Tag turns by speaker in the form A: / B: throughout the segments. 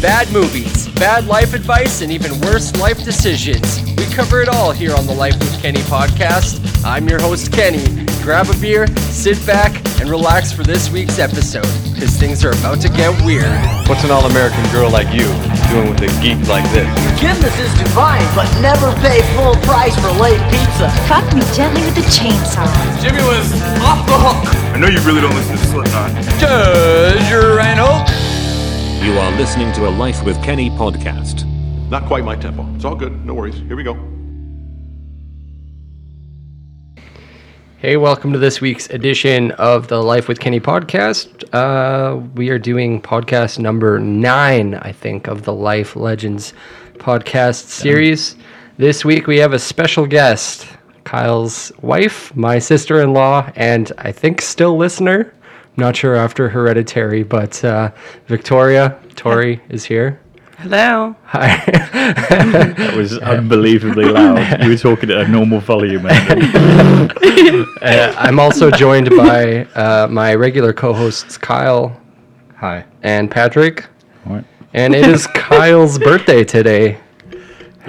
A: bad movies, bad life advice, and even worse life decisions. We cover it all here on the Life with Kenny podcast. I'm your host, Kenny. Grab a beer, sit back, and relax for this week's episode, because things are about to get weird.
B: What's an all-American girl like you doing with a geek like this?
C: Forgiveness is divine, but never pay full price for late pizza.
D: Fuck me gently with the chainsaw.
E: Jimmy was off the hook.
F: I know you really don't listen to Slipknot.
E: Judge Reynolds.
G: You are listening to a Life with Kenny podcast.
F: Not quite my tempo. It's all good. No worries. Here we go.
A: Hey, welcome to this week's edition of the Life with Kenny podcast. Uh, we are doing podcast number nine, I think, of the Life Legends podcast series. This week we have a special guest Kyle's wife, my sister in law, and I think still listener. Not sure after hereditary, but uh, Victoria Tori is here.
H: Hello.
I: It was unbelievably loud. You were talking at a normal volume. And
A: I'm also joined by uh, my regular co hosts, Kyle
I: Hi.
A: and Patrick.
I: All right.
A: And it is Kyle's birthday today.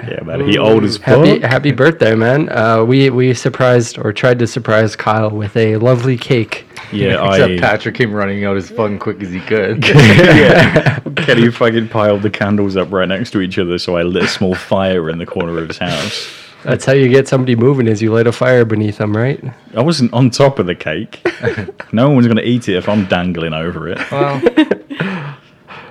I: Yeah, man. He old as fuck.
A: Happy happy birthday, man! Uh, we we surprised or tried to surprise Kyle with a lovely cake.
I: Yeah,
J: Except
I: I.
J: Patrick came running out as fucking quick as he could.
I: yeah. Kenny fucking piled the candles up right next to each other, so I lit a small fire in the corner of his house.
A: That's how you get somebody moving is you light a fire beneath them, right?
I: I wasn't on top of the cake. No one's going to eat it if I'm dangling over it. Well,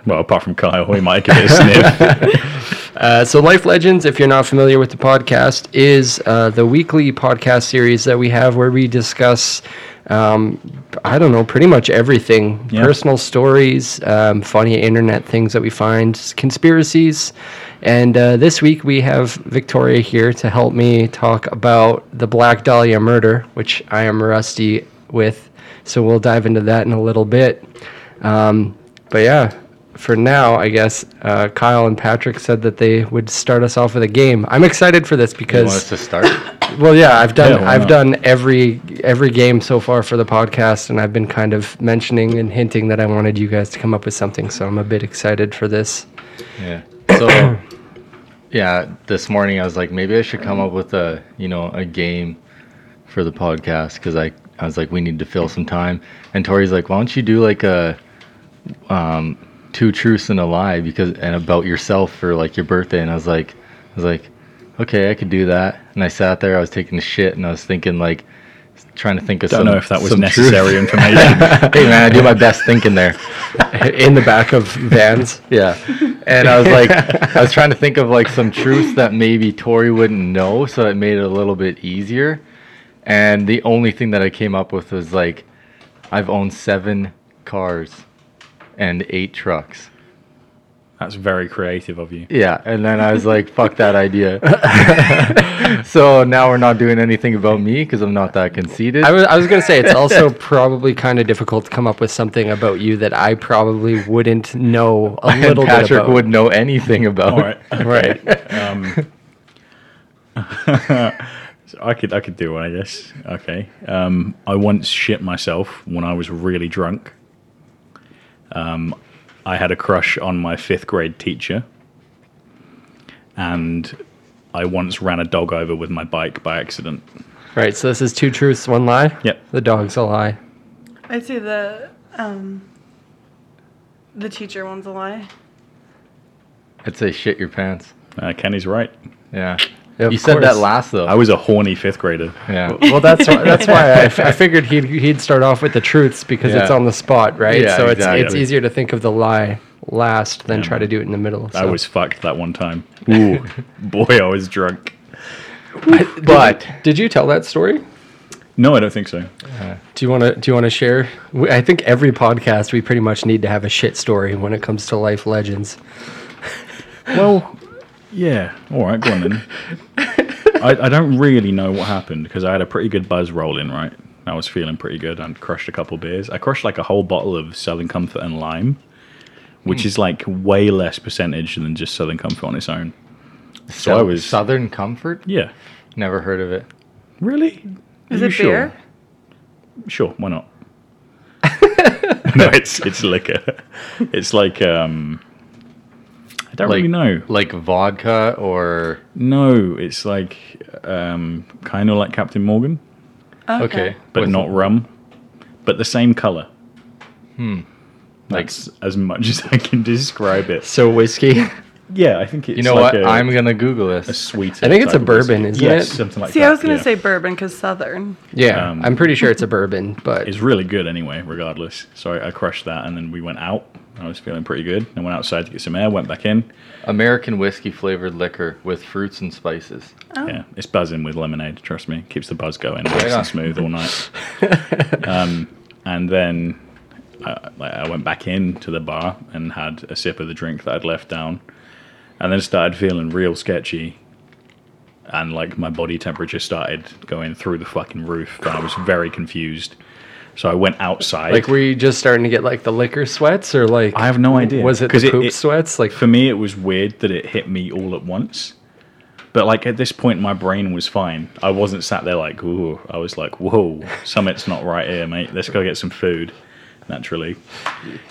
I: apart from Kyle, he might give it a sniff.
A: Uh, so, Life Legends, if you're not familiar with the podcast, is uh, the weekly podcast series that we have where we discuss, um, I don't know, pretty much everything
I: Yeah.
A: personal stories, um, funny internet things that we find, conspiracies. And uh, this week we have Victoria here to help me talk about the Black Dahlia murder, which I am rusty with. So, we'll dive into that in a little bit. Um, but yeah, for now, I guess uh, Kyle and Patrick said that they would start us off with a game. I'm excited for this
J: You want us
A: because,
J: to start?
A: well, yeah, I've done
I: Yeah, why
A: I've
I: not?
A: done every every game so far for the podcast, and I've been kind of mentioning and hinting that I wanted you guys to come up with something. So I'm a bit excited for this.
J: Yeah. So, yeah, this morning I was like, maybe I should come up with a, you know, a game for the podcast because I, I was like, we need to fill some time. And Tori's like, why don't you do like a, um, two truths and a lie because and about yourself for like your birthday. And I was like, I was like, okay, I could do that. And I sat there, I was taking a shit, and I was thinking like, trying to think of
I: Don't
J: some.
I: know if that was
J: some truth.
I: necessary information.
J: hey man, I do my best thinking there.
A: In the back of vans,
J: Yeah. And I was like, I was trying to think of like some truths that maybe Tori wouldn't know, so it made it a little bit easier. And the only thing that I came up with was like, I've owned seven cars and eight trucks.
I: That's very creative of you.
J: Yeah. And then I was like, fuck that idea. so now we're not doing anything about me because I'm not that conceited.
A: I was I was gonna say it's also probably kind of difficult to come up with something about you that I probably wouldn't know a
J: and
A: little bit
J: Patrick
A: about.
J: would know anything about.
I: All right.
A: right.
I: Um, so I could I could do one, I guess. Okay. Um, I once shit myself when I was really drunk. Um, I had a crush on my fifth grade teacher, and I once ran a dog over with my bike by accident.
A: Right, so this is two truths, one lie.
I: Yep.
A: The dog's a lie.
H: I'd say the um the teacher one's a lie.
J: I'd say shit your pants.
I: Uh, Kenny's right.
J: Yeah.
A: Yeah,
J: you
A: of
J: said that
A: course.
J: last though.
I: I was a horny fifth grader.
J: yeah.
A: Well, that's why, that's why I, f- I figured he'd he'd start off with the truths because it's
J: Yeah.
A: on the spot, right?
J: Yeah,
A: so it's it's
J: exactly.
A: easier to think of the lie last than try to do it in the middle.
I: I
A: so.
I: was fucked that one time. Ooh, boy, I was drunk.
A: but did you tell that story?
I: No, I don't think so.
A: Do you want to do you want to share? We, I think every podcast we pretty much need to have a shit story when it comes to life legends.
I: Well, yeah. All right, go on then. I, I don't really know what happened because I had a pretty good buzz rolling, right? I was feeling pretty good. I crushed a couple beers. I crushed like a whole bottle of Southern Comfort and Lime, which
H: Hmm.
I: is like way less percentage than just Southern Comfort on its own. So I was.
J: Southern Comfort.
I: Yeah.
J: Never heard of it.
I: Really?
H: Is
I: You
H: it
I: sure?
H: beer?
I: Sure, why not? no, it's it's liquor. It's like um, I don't
J: like,
I: really know.
J: Like vodka or
I: No, it's like um, kind of like Captain Morgan,
J: okay,
I: but
J: With-
I: not rum, but the same color. Hmm. That's as much as I can describe it.
A: So whiskey.
I: Yeah, I think it's.
J: You know
I: like
J: what?
I: A,
J: i am I'm gonna Google
I: a
J: this.
I: sweet.
A: I think it's a bourbon, isn't
I: yes,
A: it?
I: something like
H: See,
I: that.
H: I was gonna
I: yeah.
H: say bourbon because southern.
A: Yeah,
I: Um,
A: I'm pretty sure it's a bourbon, but
I: It's really good anyway, regardless. So I, I crushed that, and then we went out. I was feeling pretty good. I went outside to get some air. Went back in.
J: American whiskey flavored liquor with fruits and spices.
I: Yeah, it's buzzing with lemonade. Trust me, keeps the buzz going, nice
J: on.
I: and smooth all night. um, and then I, like, I went back in to the bar and had a sip of the drink that I'd left down, and then started feeling real sketchy. And like my body temperature started going through the fucking roof, and I was very confused. So I went outside.
A: like were you just starting to get like the liquor sweats or like
I: I have no idea.
A: Was it
I: 'Cause
A: the
I: it-
A: poop
I: it-
A: sweats? Like
I: for me it was weird that it hit me all at once but like at this point my brain was fine i wasn't sat there like ooh i was like whoa something's not right here mate let's go get some food naturally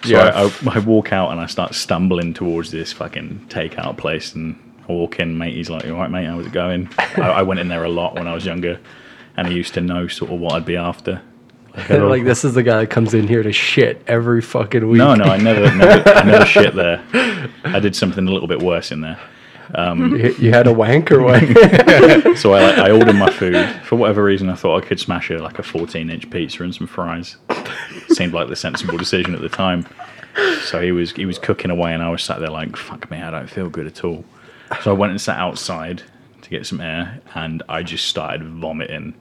I: so I, I, I walk out and i start stumbling towards this fucking takeout place and i walk in mate he's like all right mate how's it going I, I went in there a lot when i was younger and he used to know sort of what i'd be after
A: like this is the guy that comes in here to shit every fucking week.
I: no no i never never, I never shit there i did something a little bit worse in there
A: You, you had a wank or what?
I: So I, like, I ordered my food. For whatever reason, I thought I could smash a, like a 14 inch pizza and some fries. Seemed like the sensible decision at the time. So he was he was cooking away, and I was sat there like, "Fuck me, I don't feel good at all." So I went and sat outside to get some air, and I just started vomiting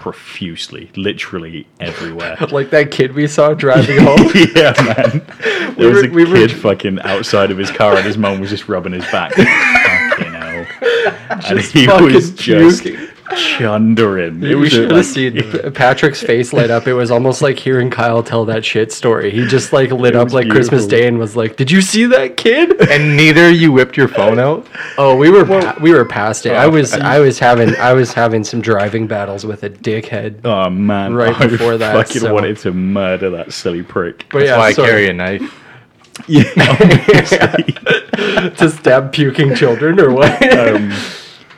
I: profusely, literally everywhere.
A: like that kid we saw driving home.
I: yeah, man. There was
A: were-
I: a
A: we were-
I: kid fucking outside of his car, and his mum was just rubbing his back. fucking hell. and he
A: fucking
I: was just
A: puking.
I: chundering.
A: We
I: It was
A: should
I: like-
A: have seen P- Patrick's face light up. It was almost like hearing Kyle tell that shit story. He just like lit
I: It
A: up
I: was
A: like Christmas
I: beautiful.
A: Day and was like, "Did you see that kid?"
J: And neither you whipped your phone out.
A: Oh, we were pa- we were past it. I was I was having I was having some driving battles with a dickhead.
I: Oh man!
A: right
I: I
A: before that,
I: fucking
A: so-
I: wanted to murder that silly prick.
A: But
J: That's
A: yeah,
J: why I
A: so-
J: carry a knife.
A: to stab puking children or what?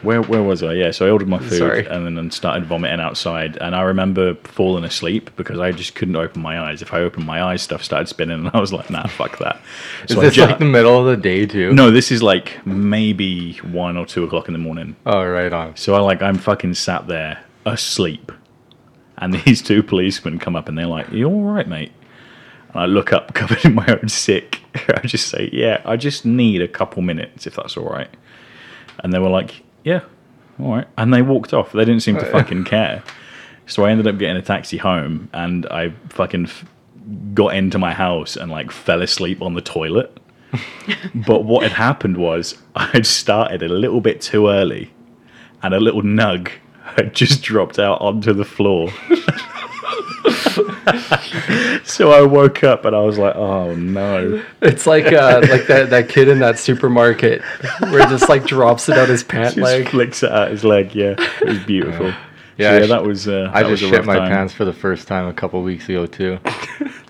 I: Where where was I? Yeah, so I ordered my food
A: Sorry.
I: and then- then started vomiting outside. And I remember falling asleep because I just couldn't open my eyes. If I opened my eyes, stuff started spinning, and I was like, "Nah, fuck that."
J: Is
I: So I
J: this
I: ju-
J: like the middle of the day too?
I: no, this is like maybe one or two o'clock in the morning.
J: Oh, right on.
I: So I like I'm fucking sat there asleep, and these two policemen come up and they're like, "You all right, mate?" And I look up, covered in my own sick. I just say, "Yeah, I just need a couple minutes, if that's all right." And they were like, "Yeah, all right." And they walked off. They didn't seem to fucking care. So I ended up getting a taxi home, and I fucking f- got into my house and like fell asleep on the toilet. but what had happened was I'd started a little bit too early and a little nug had just dropped out onto the floor. so I woke up and I was like, oh no.
A: It's like uh, like that, that kid in that supermarket where it just like drops it out his pant
I: Just
A: leg.
I: flicks it out his leg. Yeah, it was beautiful. Yeah,
J: Yeah, I
I: yeah
J: sh-
I: that was. Uh,
J: I
I: that was
J: just
I: a
J: shit
I: rough
J: my
I: time.
J: pants for the first time a couple weeks ago too.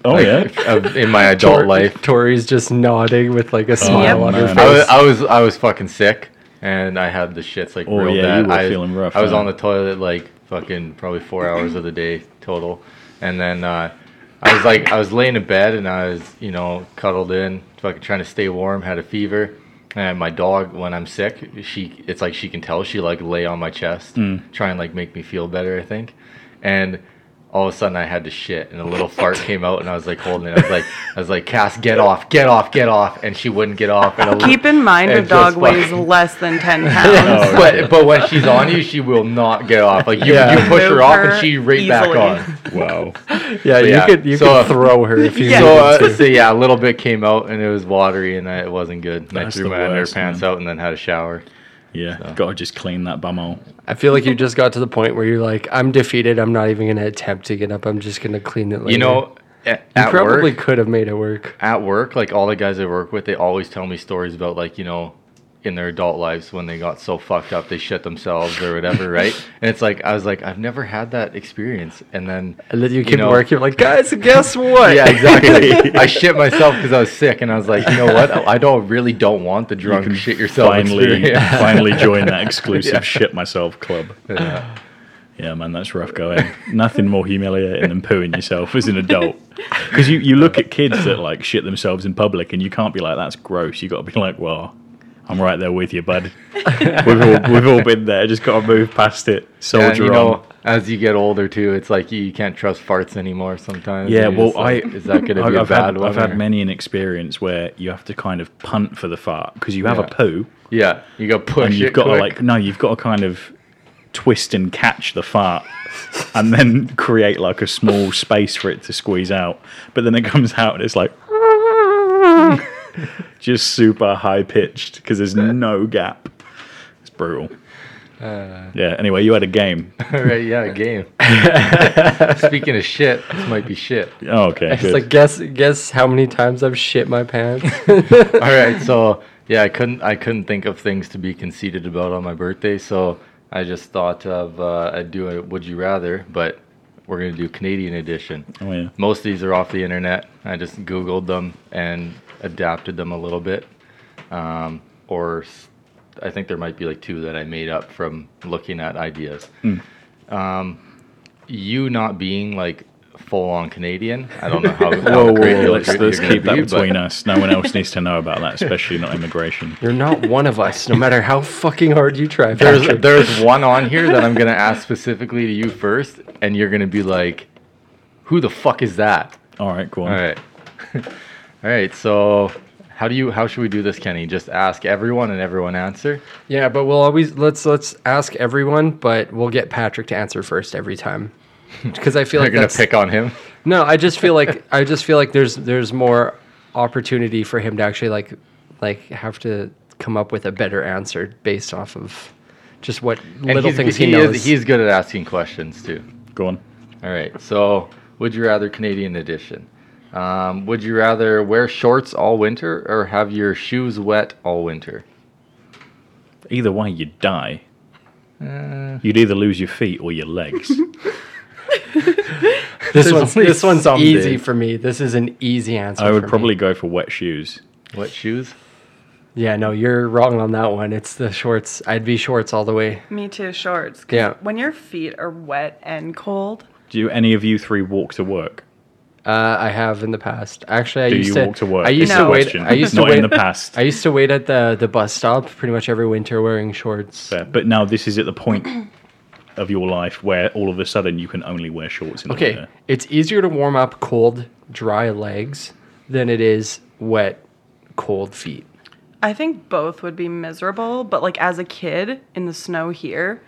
I: Oh yeah,
J: Of- in my adult
A: Tor-
J: life,
A: Tori's just nodding with like a smile on her
I: man.
A: face.
J: I was, I was I was fucking sick, and I had the shits like
I: Oh,
J: real
I: yeah,
J: bad.
I: you were
J: I,
I: feeling rough,
J: I was
I: huh?
J: on the toilet like fucking probably four hours of the day total, and then uh, I was like I was laying in bed and I was you know cuddled in, fucking trying to stay warm. Had a fever. And my dog, when I'm sick, she it's like she can tell. She like lay on my chest, try and like make me feel better. I think, and all of a sudden I had to shit, and a little fart came out, and I was like holding it. I was like, I was like, Cass, get off, get off, get off, and she wouldn't get off. And a
H: Keep in mind, a
J: and
H: dog
J: just
H: weighs
J: fucking-
H: less than ten pounds.
J: But but when she's on you, she will not get off. Like you,
A: Yeah.
J: you push her
H: Move
J: off,
H: her
J: and she right back
H: easily.
J: on.
I: wow.
A: yeah, you
J: yeah.
A: could you
J: So,
A: could
J: uh,
A: throw her if you
H: Yeah.
J: So,
A: needed
J: uh,
A: to.
J: so yeah, a little bit came out, and it was watery, and I, it wasn't good. And I
I: That's
J: threw
I: the
J: my
I: worst,
J: underpants
I: man.
J: out, and then had a shower.
I: Yeah, gotta just clean that bumhole.
A: I feel like you just got to the point where you're like, I'm defeated. I'm not even gonna attempt to get up. I'm just gonna clean it. Later.
J: You know, at,
A: you
J: at
A: probably
J: work,
A: could have made it work.
J: at work, like all the guys I work with, they always tell me stories about like you know in their adult lives when they got so fucked up they shit themselves or whatever, right? And it's like I was like, I've never had that experience, and then
A: And then you came
J: know-
A: to work, you're like, guys, guess what?
J: yeah, exactly. I shit myself because I was sick, and I was like, you know what? I don't really don't want the drunk shit yourself.
I: finally,
J: experience.
I: finally join that exclusive shit myself club. Yeah. man, that's rough going. Nothing more humiliating than pooing yourself as an adult. Because you, you look at kids that like shit themselves in public, and you can't be like, that's gross. You got to be like, well, I'm right there with you, bud. we've all we've all been there. Just got to move past it,
J: And,
I: soldier
J: you
I: on.
J: know, as you get older too, it's like you, you can't trust farts anymore sometimes.
I: Yeah,
J: You're
I: well,
J: just like,
I: I
J: is that going to
I: I've-
J: be a
I: I've
J: bad
I: had,
J: one?
I: I've had
J: or-
I: many an experience where you have to kind of punt for the fart because you have
J: Yeah.
I: a poo.
J: Yeah, you got to push
I: and you've
J: it
I: got
J: quick.
I: to like no, you've got to kind of twist and catch the fart, and then create like a small space for it to squeeze out. But then it comes out and it's like just super high pitched because there's no gap. It's brutal.
J: Uh,
I: yeah. Anyway, you had a game.
J: right, yeah, a game. Speaking of shit, this might be shit.
I: Oh, okay.
A: It's
I: good.
A: like guess guess how many times I've shit my pants.
J: All right, so yeah, I couldn't I couldn't think of things to be conceited about on my birthday, so I just thought of uh, I'd do a would you rather, but we're gonna do Canadian edition.
I: oh yeah.
J: Most of these are off the internet. I just Googled them and adapted them a little bit. Um, or s- I think there might be like two that I made up from looking at ideas.
I: Hmm.
J: Um, you not being like full on Canadian. I don't know how. how
I: Whoa, whoa,
J: great
I: whoa,
J: you'll-
I: let's,
J: you're
I: let's
J: gonna
I: keep that
J: be, but-
I: between us. No one else needs to know about that, especially not immigration.
A: You're not one of us, no matter how fucking hard you try.
J: There's
A: Patrick.
J: there's one on here that I'm gonna ask specifically to you first, and you're gonna be like, "Who the fuck is that?"
I: All right, go on.
J: All right, all right. So, how do you? How should we do this, Kenny? Just ask everyone, and everyone answer.
A: yeah, but we'll always let's let's ask everyone, but we'll get Patrick to answer first every time. Because I feel
J: They're
A: like
J: gonna
A: that's,
J: pick on him.
A: no, I just feel like I just feel like there's there's more opportunity for him to actually like like have to come up with a better answer based off of just what little
J: he's-
A: things he,
J: he
A: knows.
J: Is, he's good at asking questions too.
I: Go on.
J: All right. So, would you rather Canadian edition? Um, would you rather wear shorts all winter or have your shoes wet all winter?
I: Either way, you'd die.
A: Uh.
I: You'd either lose your feet or your legs.
A: this
J: There's
A: one's
J: only
A: this one's
J: some
A: easy
J: days.
A: for me. This is an easy answer.
I: I would
A: for me.
I: probably go for wet shoes.
J: Wet shoes?
A: Yeah, no, you're wrong on that one. It's the shorts. I'd be shorts all the way.
H: Me too, shorts. 'cause
A: Yeah.
H: When your feet are wet and cold,
I: Do any of you three walk to work?
A: Uh, I have in the past. Actually, I
I: Do
A: used
I: you
A: to.
I: walk to work?
A: I used
I: Is
A: to
I: the
A: wait.
I: question.
A: I used to
I: Not
A: wait
I: in the past.
A: I used to wait at the the bus stop pretty much every winter wearing shorts.
I: Fair. But now this is at the point of your life where all of a sudden you can only wear shorts in the
A: Okay,
I: winter.
A: it's easier to warm up cold, dry legs than it is wet, cold feet.
H: I think both would be miserable. But like as a kid in the snow here,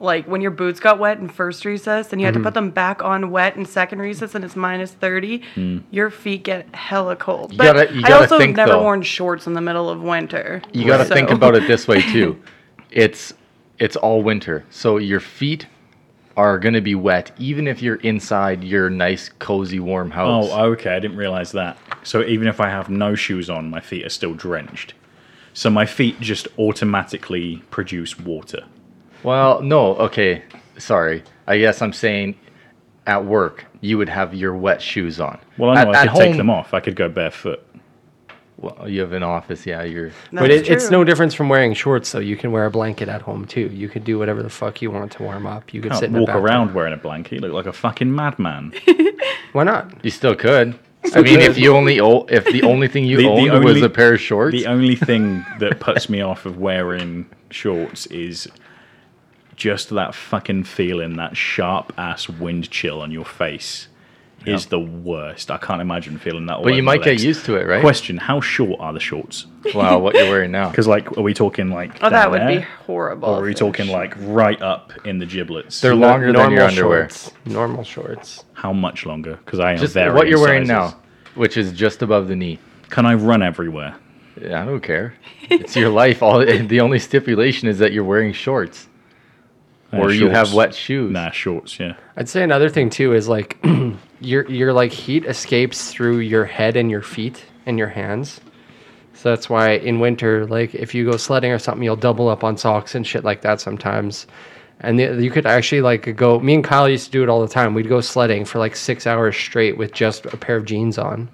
H: like when your boots got wet in first recess and you had to put
J: Mm-hmm.
H: them back on wet in second recess and it's minus thirty, your feet get hella cold. But
J: gotta- Mm. you
H: I
J: gotta
H: also
J: think,
H: never
J: though.
H: worn shorts in the middle of winter.
J: You got to
H: so-
J: think about it this way too. it's it's all winter, so your feet are going to be wet, even if you're inside your nice, cozy, warm house.
I: Oh, okay. I didn't realize that. So even if I have no shoes on, my feet are still drenched. So my feet just automatically produce water.
J: well, no, okay, sorry. I guess I'm saying at work you would have your wet shoes on.
I: Well, I know
J: at,
I: I
J: at
I: could take them off. I could go barefoot.
J: Well, you have an office, yeah. You're
A: but
H: That's
A: it, it's
H: true.
A: no difference from wearing shorts, though. You can wear a blanket at home too. You could do whatever the fuck you want to warm up. You could sit
I: Can't
A: in a
I: walk
A: bathtub.
I: around wearing a blanket. You look like a fucking madman.
A: Why not?
J: you still could. I mean, if you only o- if the only thing you
I: The- the
J: owned was
I: only-
J: a pair of shorts,
I: The only thing that puts me off of wearing shorts is just that fucking feeling, that sharp ass wind chill on your face is the worst. I can't imagine feeling that. all
J: But you
I: over my
J: might get
I: legs.
J: used to it, right?
I: Question: How short are the shorts?
J: wow, what you're wearing now?
I: Because like, are we talking like?
H: Oh, that would be
A: eh?
I: there?
H: horrible.
I: Or are we
H: if it-
I: talking like right up in the giblets?
J: They're longer than your underwear.
A: shorts. Normal shorts.
I: How much longer? Because I am
J: Just
I: varying
J: what you're wearing
I: sizes.
J: now, which is just above the knee.
I: Can I run everywhere?
J: I don't care. It's your life. All the only stipulation is that you're wearing shorts
I: Uh,
J: or you have
I: shorts.
J: wet shoes.
I: Nah, shorts. Yeah.
A: I'd say another thing too is like your your like heat escapes through your head and your feet and your hands. So that's why in winter, like if you go sledding or something, you'll double up on socks and shit like that sometimes. And the, you could actually like go. Me and Kyle used to do it all the time. We'd go sledding for like six hours straight with just a pair of jeans on.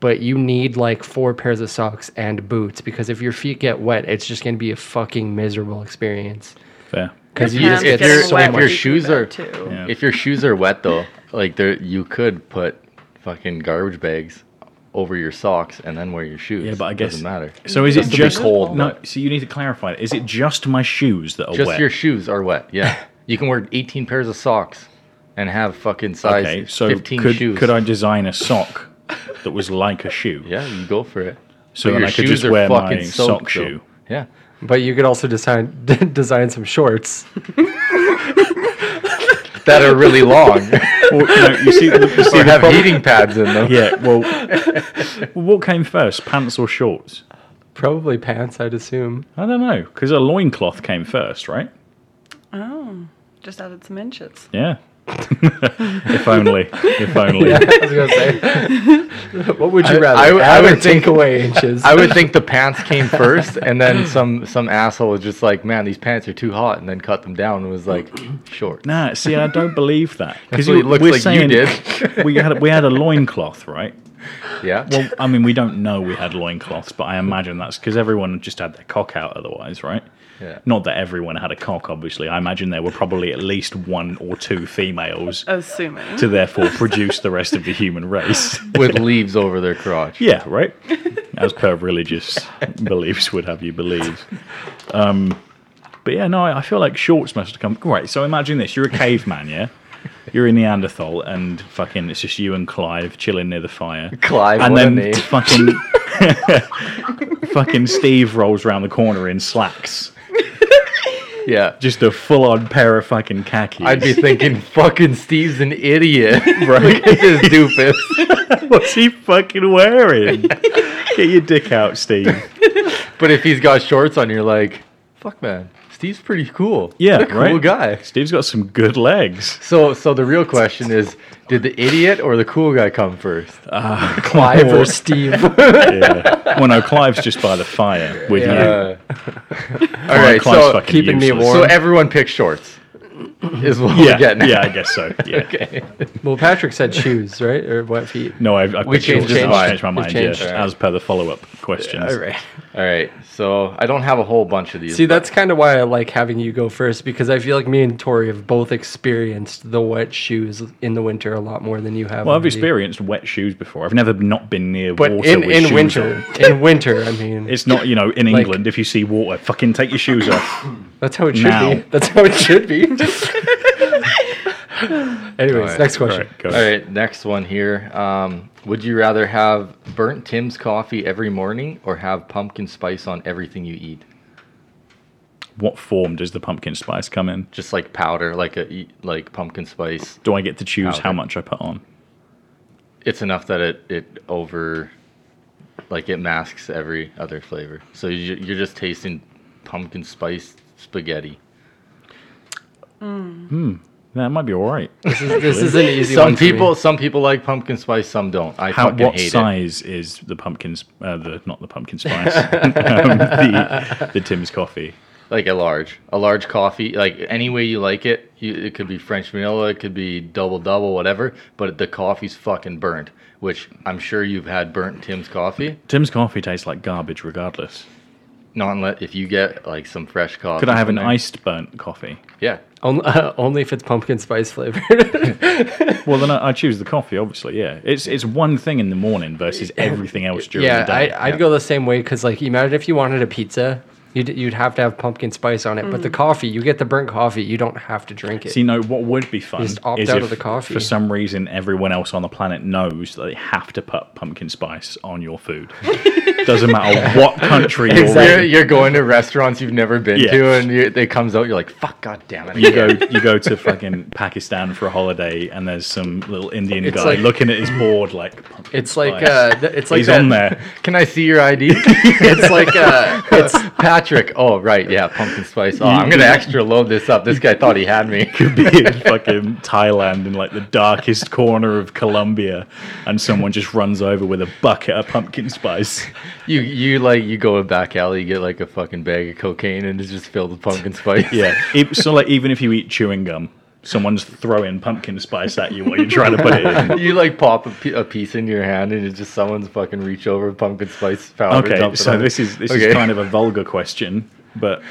A: But you need like four pairs of socks and boots because if your feet get wet, it's just gonna be a fucking miserable experience.
I: Fair.
A: Because you
H: Your
A: just
H: pants
A: get
H: get
A: so
H: wet
A: much.
J: if your
H: you do
J: shoes
H: that
J: are
H: too.
I: Yeah.
J: if your shoes are wet though, like there you could put fucking garbage bags over your socks and then wear your shoes.
I: Yeah, but I guess
J: doesn't matter.
I: So is it
J: Just to be
I: just
J: cold,
I: No,
J: but-
I: so you need to clarify. Is it just my shoes that are
J: Just
I: wet?
J: your shoes are wet. Yeah, you can wear 18 pairs of socks and have fucking size
I: okay, so
J: 15
I: could
J: shoes.
I: could I design a sock that was like a shoe?
J: Yeah, you go for it.
I: So
J: But
I: then
J: your
I: I could
J: shoes
I: just
J: are
I: wear
J: fucking
I: my
J: soaked,
I: sock shoe.
J: though. Yeah.
A: But you could also design design some shorts.
J: That are really long.
I: Well, no, you see, you see
J: or
I: the
J: have
I: prob-
J: heating pads in them.
I: Yeah, well, well, what came first, pants or shorts?
A: Probably pants, I'd assume.
I: I don't know, because a loincloth came first, right?
H: Oh, just added some inches.
I: Yeah. if only. If only.
A: I was gonna say, what would you
J: I-
A: rather?
J: I would- I
A: add or
J: would
A: take
J: think-
A: away inches.
J: I would think the pants came first, and then some some asshole was just like, "Man, these pants are too hot," and then cut them down and was like, "Short."
I: Nah, see, I don't believe that. Because
J: That's what it looks like you did.
I: we had we had a loincloth, right?
J: Yeah.
I: Well, I mean, we don't know we had loincloths, but I imagine that's because everyone just had their cock out otherwise, right?
J: Yeah.
I: Not that everyone had a cock, obviously. I imagine there were probably at least one or two females
H: Oh, Assuming.
I: to therefore produce the rest of the human race.
J: With leaves over their crotch.
I: Yeah, right. As per religious beliefs would have you believe. Um, but yeah, no, I, I feel like shorts must have come. Right, so imagine this: you're a caveman, yeah. You're a Neanderthal, and fucking, it's just you and Clive chilling near the fire.
J: Clive,
I: and
J: what a
I: then
J: name.
I: fucking, fucking Steve rolls around the corner in slacks,
J: Yeah.
I: just a full-on pair of fucking khakis.
J: I'd be thinking, "Fucking Steve's an idiot."
I: Right.
J: Look at this doofus.
I: What's he fucking wearing? Get your dick out, Steve.
J: But if he's got shorts on, you're like, "Fuck, man, Steve's pretty cool."
I: Yeah,
J: What a cool
I: right?
J: guy.
I: Steve's got some good legs.
J: So, so the real question is, did the idiot or the cool guy come first?
I: Uh,
A: Clive or Steve.
I: yeah. Well, no, Clive's just by the fire with you.
J: Uh, all
I: All
J: right,
I: Clive's
J: so
I: fucking
A: keeping me
I: useless.
A: warm.
J: so everyone picks shorts. Is what we're
I: Yeah,
J: getting. at.
I: yeah, I guess so. Yeah.
A: Well, Patrick said shoes, right? Or wet feet.
I: No, I, I
J: We
I: picked
J: changed
I: yours.
J: his
I: I've
J: mind.
I: changed my
A: We've
I: mind.
A: changed.
I: yeah,
J: All right.
I: as per the follow-up questions.
A: All right.
J: All right, so I don't have a whole bunch of these.
A: See,
J: but-
A: that's kind of why I like having you go first because I feel like me and Tori have both experienced the wet shoes in the winter a lot more than you have.
I: Well, I've
A: already.
I: experienced wet shoes before. I've never not been near
A: but
I: water
A: in
I: with
A: in
I: shoes
A: winter,
I: on.
A: in winter, I mean,
I: It's not, you know, in
A: Like-
I: England. if you see water, fucking take your shoes off.
A: that's how it should
I: now.
A: be. That's how it should be. Anyways,
J: right,
A: next
I: All
A: question.
I: right, go.
J: All right, next one here. Um, would you rather have burnt Tim's coffee every morning or have pumpkin spice on everything you eat?
I: What form does the pumpkin spice come in?
J: Just like powder, like a e- like pumpkin spice.
I: Do I get to choose how
J: Powder.
I: much I put on?
J: It's enough that it it over, like it masks every other flavor. So you, you're just tasting pumpkin spice spaghetti.
I: That might be all right.
A: This is an easy one.
J: Some
A: for me.
J: people some people like pumpkin spice, some don't. I
I: How,
J: fucking
I: what
J: hate it.
I: size is the pumpkin? sp- Uh, the not the pumpkin spice. um, the, the Tim's coffee.
J: like a large a large coffee like any way you like it you, it could be french vanilla it could be double double whatever but the coffee's fucking burnt which i'm sure you've had burnt tim's coffee
I: Tim's coffee tastes like garbage, regardless.
J: not unless if you get like some fresh coffee
I: Could I have
J: from
I: an
J: there.
I: iced burnt coffee?
J: yeah
A: only, only if it's pumpkin spice flavored.
I: Well, then I, I choose the coffee, obviously. Yeah, it's it's one thing in the morning versus everything else during
A: yeah,
I: the day.
A: I, I'd go the same way because, like, imagine if you wanted a pizza, you'd, you'd have to have pumpkin spice on it. But the coffee, you get the burnt coffee, you don't have to drink it.
I: See, no, what would be fun
A: Just opt
I: is
A: out
I: if
A: of the coffee.
I: for some reason everyone else on the planet knows that they have to put pumpkin spice on your food. Doesn't matter what country
J: you're,
I: you're in.
J: you're going to restaurants you've never been
I: Yeah.
J: to and you, they comes out you're like fuck god damn it
I: You go, you go to fucking Pakistan for a holiday, and there's some little Indian
A: It's
I: guy
A: like-
I: looking at his board like. pumpkin
A: It's like
J: uh,
I: spice.
A: uh, th- it's like
I: he's
A: that-
I: on there.
J: can i see your id
A: It's like uh, it's
J: patch Patrick. Oh, right. Yeah, pumpkin spice. Oh, I'm going to extra load this up. This guy thought he had me.
I: could be in fucking Thailand in like the darkest corner of Colombia, and someone just runs over with a bucket of pumpkin spice.
J: You you like you go a back alley, you get like a fucking bag of cocaine, and it's just filled with pumpkin spice.
I: Yeah. E- So like, even if you eat chewing gum, someone's throwing pumpkin spice at you while you're trying to put it in.
J: You like pop a, pi- a piece into your hand, and it's just someone's fucking reach over pumpkin spice powder.
I: Okay, so this is this is kind of a vulgar question, but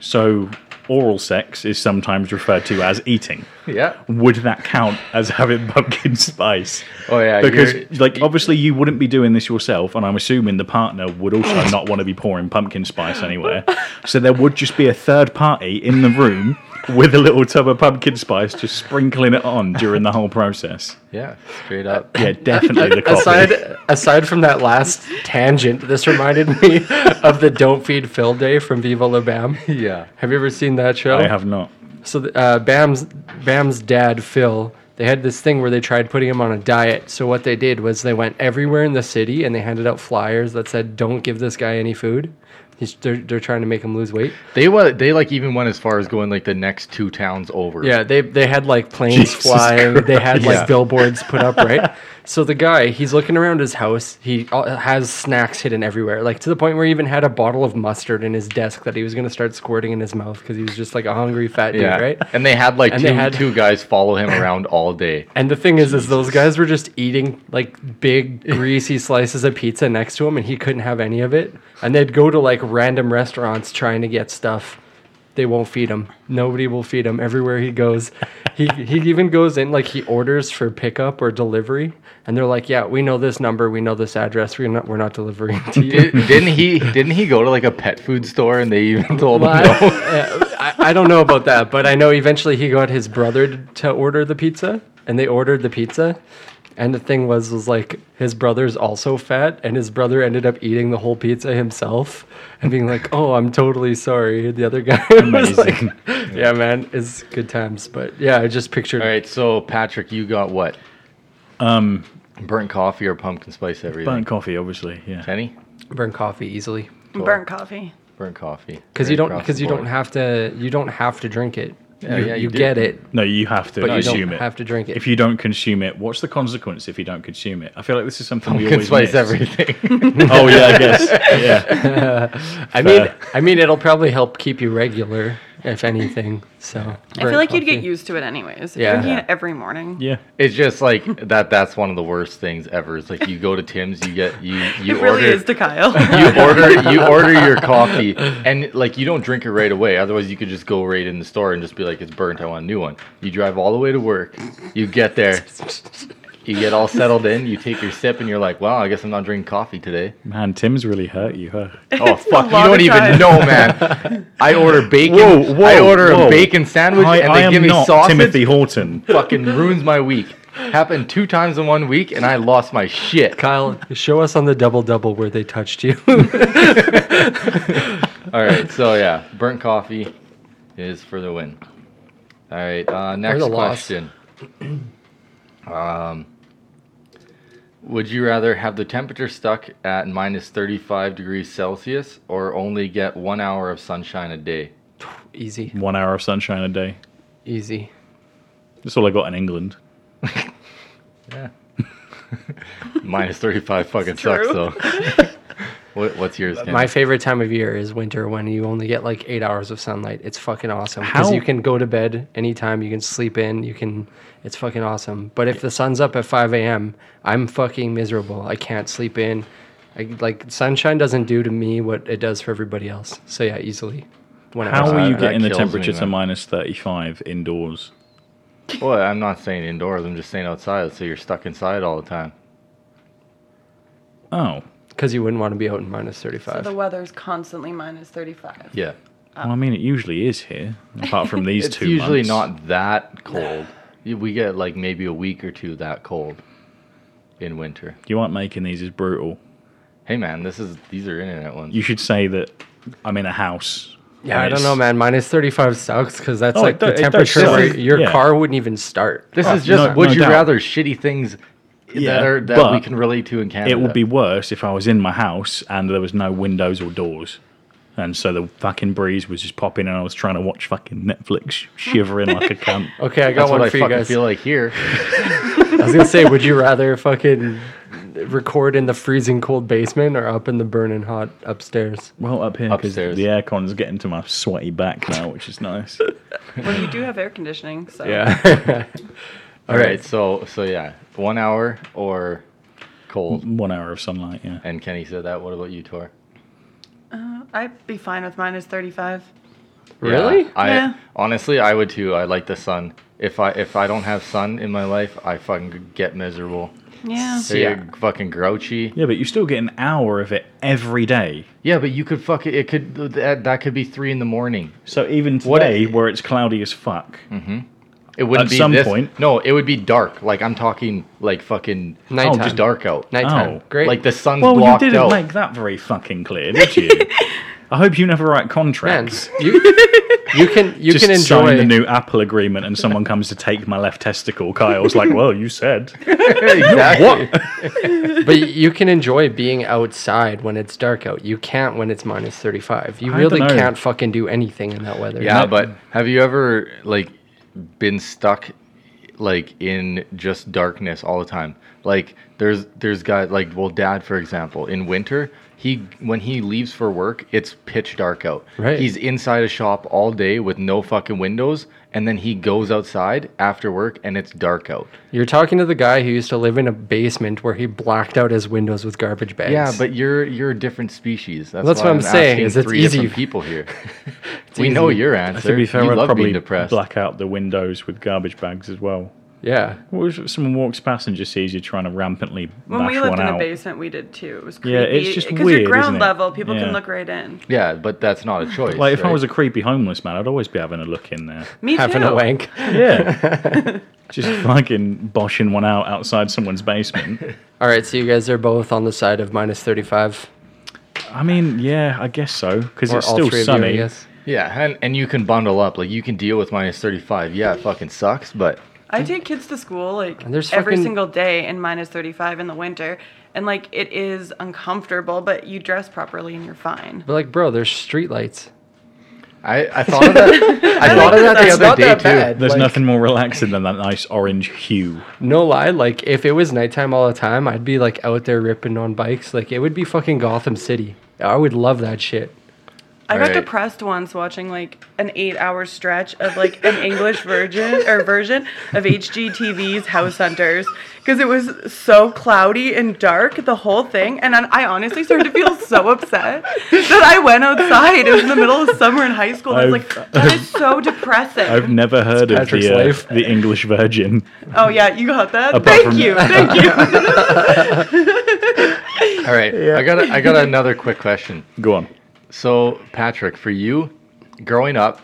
I: so oral sex is sometimes referred to as eating.
J: yeah.
I: Would that count as having pumpkin spice?
J: Oh, yeah,
I: because
J: you're-
I: like obviously you wouldn't be doing this yourself, and I'm assuming the partner would also not want to be pouring pumpkin spice anywhere. So there would just be a third party in the room with a little tub of pumpkin spice, just sprinkling it on during the whole process.
J: Yeah, straight up.
I: Yeah, definitely the copy.
A: Aside, aside from that last tangent, this reminded me of the "Don't Feed Phil" day from Viva La Bam.
J: Yeah.
A: Have you ever seen that show?
I: I have not.
A: So th- uh, Bam's Bam's dad Phil, they had this thing where they tried putting him on a diet. So what they did was they went everywhere in the city and they handed out flyers that said, "Don't give this guy any food." He's, they're, they're trying to make him lose weight.
J: They were they like even went as far as going like the next two towns over.
A: Yeah, they they had like planes flying. They had like
J: Yeah.
A: billboards put up, right? so the guy, he's looking around his house. He uh, has snacks hidden everywhere, like to the point where he even had a bottle of mustard in his desk that he was gonna start squirting in his mouth because he was just like a hungry fat dude,
J: Yeah.
A: right?
J: And they had like
A: And
J: two
A: they had-
J: two guys follow him around all day.
A: And the thing is, is those guys were just eating like big greasy slices of pizza next to him, and he couldn't have any of it. And they'd go to like random restaurants trying to get stuff. They won't feed him. Nobody will feed him everywhere he goes. He he even goes in like he orders for pickup or delivery, and they're like, "Yeah, we know this number, we know this address. We're not we're not delivering to you."
J: Did, didn't he didn't he go to like a pet food store and they even told him
A: Well,
J: no?
A: uh, I, I, I don't know about that, but I know eventually he got his brother t- to order the pizza, and they ordered the pizza. And the thing was, was like his brother's also fat, and his brother ended up eating the whole pizza himself and being like, "Oh, I'm totally sorry." The other guy was like,
I: Amazing.
A: "Yeah, man, it's good times." But yeah, I just pictured
J: All right, so Patrick, you got what? Um, burnt coffee or pumpkin spice everything.
I: Burnt coffee, obviously. Yeah.
J: Kenny,
A: burn coffee easily
H: Burnt coffee.
J: burnt coffee.
A: because you
J: Right
A: don't
J: across
A: because
J: the
A: you
J: board.
A: don't have to you don't have to drink it.
J: Yeah,
A: you,
J: yeah, you
A: you
J: do.
A: get it,
I: No, you have to
A: but you
I: consume
A: don't
I: it.
A: have to drink it.
I: If you don't consume it, what's the consequence if you don't consume it? I feel like this is something we
J: pumpkin
I: always
J: spice
I: miss.
J: everything.
I: Oh yeah, I guess. Yeah.
A: I mean,
I: Fair.
A: I mean, it'll probably help keep you regular, if anything. So
H: I feel like you'd get used to it anyways. If
A: Yeah.
H: You're drinking it every morning.
I: Yeah.
J: it's just like that. That's one of the worst things ever. It's like you go to Tim's, you get you you
H: it
J: order.
H: really is to Kyle.
J: you order you order your coffee and like you don't drink it right away otherwise you could just go right in the store and just be like it's burnt i want a new one you drive all the way to work you get there you get all settled in you take your sip and you're like wow i guess i'm not drinking coffee today
I: Man, Tim's really hurt you, huh?
J: oh fuck you
H: lot
J: don't
H: of
J: even
H: time.
J: know man i order bacon
I: Whoa, whoa,
J: i order
I: whoa.
J: a bacon sandwich
I: I,
J: and
I: I
J: they
I: am
J: give me
I: not
J: sausage
I: Timothy Horton.
J: fucking ruins my week happened two times in one week and i lost my shit
A: Kyle, show us on the double double where they touched you.
J: All right, so yeah, burnt coffee is for the win. All right, uh, next
A: the loss.
J: question. Um, would you rather have the temperature stuck at minus 35 degrees Celsius or only get one hour of sunshine a day?
A: easy,
I: One hour of sunshine a day.
A: easy.
I: That's all I got in England.
J: Yeah. minus 35 fucking sucks,
H: true.
J: though. what, what's yours? Ken?
A: My favorite time of year is winter when you only get like eight hours of sunlight. It's fucking awesome because
I: How-
A: you can go to bed anytime, you can sleep in, you can. It's fucking awesome. But if the sun's up at five a.m., I'm fucking miserable. I can't sleep in. I, like sunshine doesn't do to me what it does for everybody else. So yeah, easily. When
I: How
J: Uh,
I: are you
J: that
I: getting the
J: kills me,
I: temperature to
J: man.
I: minus thirty five indoors?
J: Well, I'm not saying indoors, I'm just saying outside, so you're stuck inside all the time.
I: Oh.
A: because you wouldn't want to be out in minus thirty-five.
H: So the weather's constantly minus 35.
J: Yeah.
I: Well, I mean, it usually is here, apart from these
J: Oh. it's
I: two.
J: usually
I: months.
J: not that cold. Y- We get like maybe a week or two that cold in winter.
I: You aren't making these as brutal.
J: Hey man, this is these are internet ones.
I: You should say that I'm in a house.
A: Yeah,
I: and
A: I don't
I: it's-
A: know, man. Minus 35 sucks because that's
I: Oh,
A: like
I: it
A: the
I: do- it does
A: temperature
I: suck.
A: where your
I: Yeah.
A: car wouldn't even start.
J: this
I: Oh,
J: is just
I: no-
J: would
I: no
J: you
I: doubt.
J: rather shitty things
I: Yeah,
J: that are that we
I: but
J: can relate to in Canada.
I: It would be worse if I was in my house and there was no windows or doors. And so the fucking breeze was just popping, and I was trying to watch fucking Netflix, shivering like a cunt.
A: Okay, I got
J: That's
A: one
J: what I
A: for you
J: fucking
A: guys.
J: feel like here.
A: I was gonna say, would you rather fucking record in the freezing cold basement or up in the burning hot upstairs?
I: Well, up here, because the
J: Upstairs.
I: aircon's getting to my sweaty back now, which is nice.
H: Well, you do have air conditioning, so
A: Yeah.
J: All right, so so yeah, one hour or cold.
I: One hour of sunlight, yeah.
J: And Kenny said that. What about you, Tor?
H: I'd be fine with minus 35.
A: Really?
J: Yeah, I
H: Yeah.
J: honestly, I would too. I like the sun. If I if I don't have sun in my life, I fucking get miserable.
H: Yeah.
J: So
A: Yeah.
J: you're fucking grouchy.
I: Yeah, but you still get an hour of it every day.
J: Yeah, but you could fuck it. It could that, that could be three in the morning.
I: So even
J: What Mm.
I: today,
J: a-
I: where it's cloudy as fuck,
J: It wouldn't
I: At
J: be
I: some
J: this-
I: point.
J: No, it would be dark. Like I'm talking like fucking oh,
A: Nighttime.
J: just dark out.
A: Nighttime.
I: Oh.
A: Great.
J: Like the sun's
I: well, you
J: blocked
I: didn't
J: out.
I: make that very fucking clear, did you? I hope you never write
A: man,
I: contracts.
A: you you can you
I: Just
A: can enjoy
I: sign the new Apple agreement, and someone comes to take my left testicle. Kyle's like, "Well, you said."
J: exactly.
A: but you can enjoy being outside when it's dark out. You can't when it's minus 35. You
I: I
A: really
I: dunno.
A: can't fucking do anything in that weather.
J: Yeah, but have you ever like been stuck like in just darkness all the time? Like there's there's guys like well dad for example, in winter, he when he leaves for work, it's pitch dark out.
A: Right.
J: He's inside a shop all day with no fucking windows and then he goes outside after work and it's dark out.
A: You're talking to the guy who used to live in a basement where he blacked out his windows with garbage bags.
J: Yeah, but you're you're a different species. That's,
A: That's
J: why
A: what I'm saying,
J: asking
A: is it's
J: three different
A: easy.
J: people here. we know
A: easy.
J: your answer.
I: to be fair,
J: you
I: I'd
J: love
I: probably
J: being depressed.
I: black out the windows with garbage bags as well.
A: yeah.
I: What if someone walks past and just sees you trying to rampantly
H: When
I: bash
H: we lived
I: one
H: in
I: out?
H: a basement, we did too. It was creepy.
I: Yeah, it's just
H: Because
I: weird,
H: you're
I: isn't
H: ground
I: it?
H: level, people
I: Yeah.
H: can look right in.
J: Yeah, but that's not a choice.
I: Like if I
J: right?
I: was a creepy homeless man, I'd always be having a look in there.
H: Me
A: Having
H: too.
A: a wank.
I: Yeah, just fucking boshing one out outside someone's basement.
A: All right, so you guys are both on the side of minus 35.
I: I mean, yeah, I guess so because
A: Or
I: it's
A: all
I: still
A: three of you, I
I: sunny.
A: guess.
J: Yeah, and, and you can bundle up. Like you can deal with minus thirty five. Yeah, it fucking sucks, but
H: I take kids to school like
A: And there's
H: every
A: fucking-
H: single day in minus 35 in the winter. And like it is uncomfortable, but you dress properly and you're fine.
A: But like, bro, there's streetlights.
J: I, I thought of that. I thought of that the
A: It's
J: other
A: not
J: day
A: that
J: too.
A: bad.
I: There's
A: Like,
I: nothing more relaxing than that nice orange hue.
A: No lie, like if it was nighttime all the time, I'd be like out there ripping on bikes. Like it would be fucking Gotham City. I would love that shit.
H: I got
J: Right.
H: depressed once watching like an eight hour stretch of like an English version or version of HGTV's House Hunters because it was so cloudy and dark the whole thing. And then I honestly started to feel so upset that I went outside. It was in the middle of summer in high school. And I was
I: I've-
H: like, that is so depressing.
I: I've never heard of
A: Patrick's
I: the,
A: life.
I: uh, the English Virgin.
H: oh, yeah, you got that?
I: Apart
H: Thank
I: from-
H: you. Thank you.
J: All right, I got I got another quick question.
I: Go on.
J: So Patrick, for you, growing up,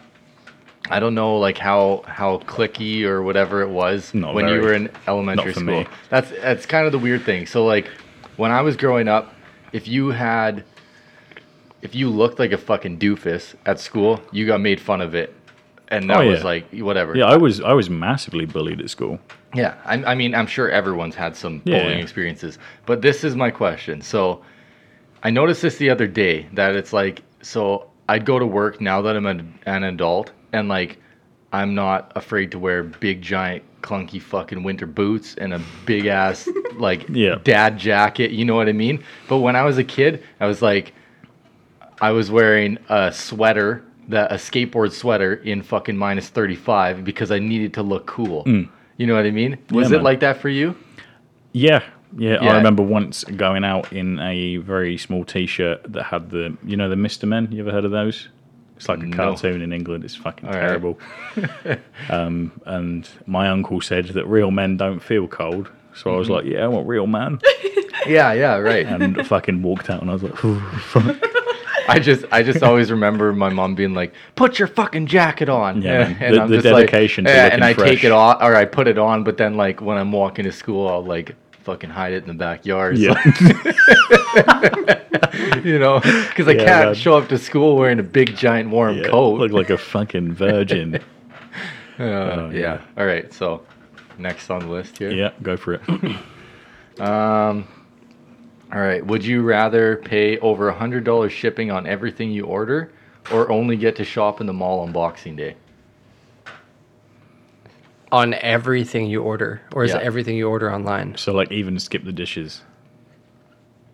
J: I don't know like how how clicky or whatever it was
I: Not
J: when
I: very.
J: you were in elementary
I: Not for
J: school.
I: me.
J: That's that's kind of the weird thing. So like when I was growing up, if you had if you looked like a fucking doofus at school, you got made fun of it. And that
I: Oh, yeah.
J: was like whatever.
I: Yeah, I was I was massively bullied at school.
J: Yeah, I, I mean, I'm sure everyone's had some
I: Yeah.
J: bullying experiences, but this is my question. So, I noticed this the other day that it's like, so I'd go to work now that I'm an, an adult, and like, I'm not afraid to wear big, giant, clunky fucking winter boots and a big ass like
I: Yeah.
J: dad jacket. You know what I mean? But when I was a kid, I was like, I was wearing a sweater, that a skateboard sweater in fucking minus 35 because I needed to look cool. You know what I mean? Was
I: Hmm.
J: it
I: man.
J: like that for you?
I: Yeah, yeah. I
J: Yeah.
I: remember once going out in a very small T-shirt that had the you know the Mister Men. You ever heard of those? It's like a
J: No.
I: cartoon in England. It's fucking
J: All right.
I: terrible. um, and my uncle said that real men don't feel cold, so I
J: Mm-hmm.
I: was like, yeah, I want real man,
J: Yeah, yeah, right.
I: and fucking walked out, and I was like, "Ooh, fuck.
J: I just I just always remember my mom being like, "Put your fucking jacket on."
I: Yeah,
J: and,
I: man. The- the dedication to
J: Like, yeah, and I
I: looking
J: take
I: fresh.
J: it off or I put it on, but then like when I'm walking to school, I'll like fucking hide it in the backyard.
I: yeah,
J: you know, because I
I: Yeah,
J: can't
I: man.
J: show up to school wearing a big giant warm
I: yeah.
J: coat.
I: look like a fucking virgin.
J: Uh, yeah. All right. So next on the list here.
I: yeah, go for it.
J: All right. Would you rather pay over $100 shipping on everything you order or only get to shop in the mall on Boxing Day?
A: on everything you order, or is
J: Yeah.
A: it everything you order online?
I: So like even skip the dishes.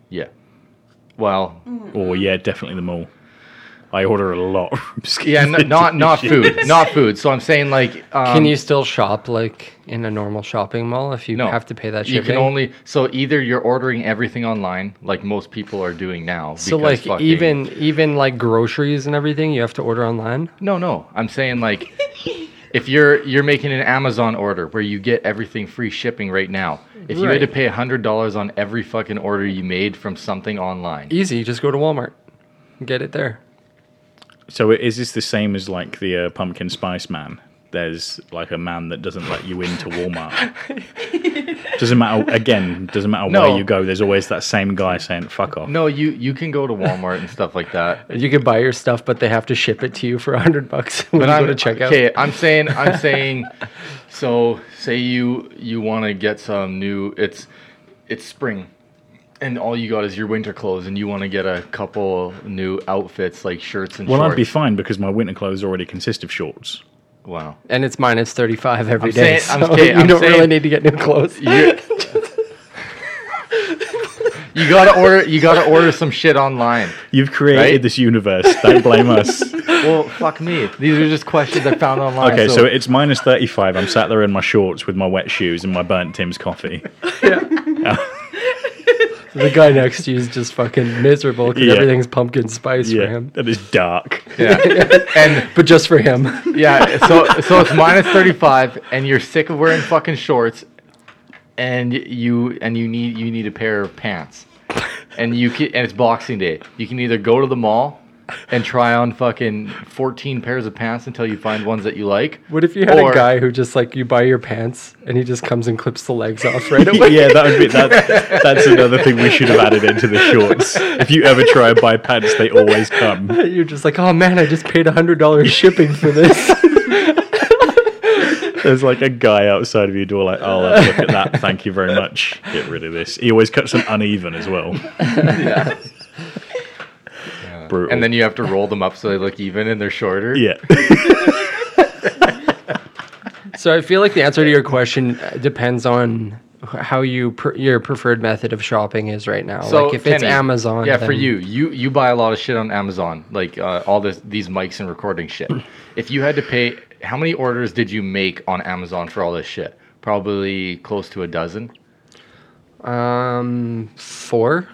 J: Yeah. Well,
A: Mm.
I: Oh yeah, definitely the mall. I order a lot. Skip
J: yeah,
I: the
J: n- not not
I: dishes.
J: food, not food. So I'm saying like um,
A: Can you still shop like in a normal shopping mall if you
J: no,
A: have to pay that shipping?
J: You can only so either you're ordering everything online, like most people are doing now.
A: so
J: because
A: like
J: fucking-
A: even even like groceries and everything you have to order online.
J: No, no. I'm saying like if you're you're making an Amazon order where you get everything free shipping right now. If you had to
A: Right.
J: pay $100 on every fucking order you made from something online.
A: Easy, just go to Walmart, and get it there.
I: So i- is this the same as like the uh, pumpkin spice man? There's like a man that doesn't let you into Walmart. doesn't matter again. Doesn't matter
J: No.
I: where you go. There's always that same guy saying "fuck off."
J: No, you you can go to Walmart and stuff like that.
A: You can buy your stuff, but they have to ship it to you for a hundred bucks when
J: But
A: you
J: I'm
A: go to checkout.
J: Okay, I'm saying I'm saying so say you you want to get some new it's it's spring and all you got is your winter clothes and you want to get a couple new outfits like shirts and
I: Well,
J: shorts.
I: I'd be fine because my winter clothes already consist of shorts.
J: wow.
A: And it's minus thirty five every
J: I'm
A: day.
J: saying- I'm-
A: so
J: okay,
A: you
J: I'm
A: don't really
J: saying-
A: need to get new clothes.
J: You, you gotta order. You gotta order some shit online.
I: You've created
J: Right?
I: this universe. Don't blame us.
J: Well, fuck me. These are just questions I found online.
I: Okay, so, it's minus 35. I'm sat there in my shorts with my wet shoes and my burnt Tim's coffee.
A: the guy next to you is just fucking miserable because
I: Yeah.
A: everything's pumpkin spice for
I: Yeah,
A: him.
I: that is dark.
J: yeah, and
A: But just for him.
J: yeah, so so it's minus thirty five, and you're sick of wearing fucking shorts, and you and you need you need a pair of pants, and you can, and it's Boxing Day. You can either go to the mall and try on fucking fourteen pairs of pants until you find ones that you like.
A: What if you had
J: or-
A: a guy who just like you buy your pants and he just comes and clips the legs off right away?
I: yeah, that would be that. That's another thing we should have added into the shorts. If you ever try and buy pants, they always come.
A: You're just like, oh man, I just paid hundred dollars shipping for this.
I: There's like a guy outside of your door, like, "Oh, let's look at that. Thank you very much. Get rid of this." He always cuts them uneven as well. Brutal.
J: And then you have to roll them up so they look even and they're shorter.
I: yeah,
A: so I feel like the answer to your question uh, depends on wh- how you per- your preferred method of shopping is right now. like if it's
J: Kenny,
A: Amazon,
J: yeah, for
A: then-
J: you, you you buy a lot of shit on Amazon, like uh, all this these mics and recording shit. if you had to pay, how many orders did you make on Amazon for all this shit? Probably close to a dozen.
A: um, four.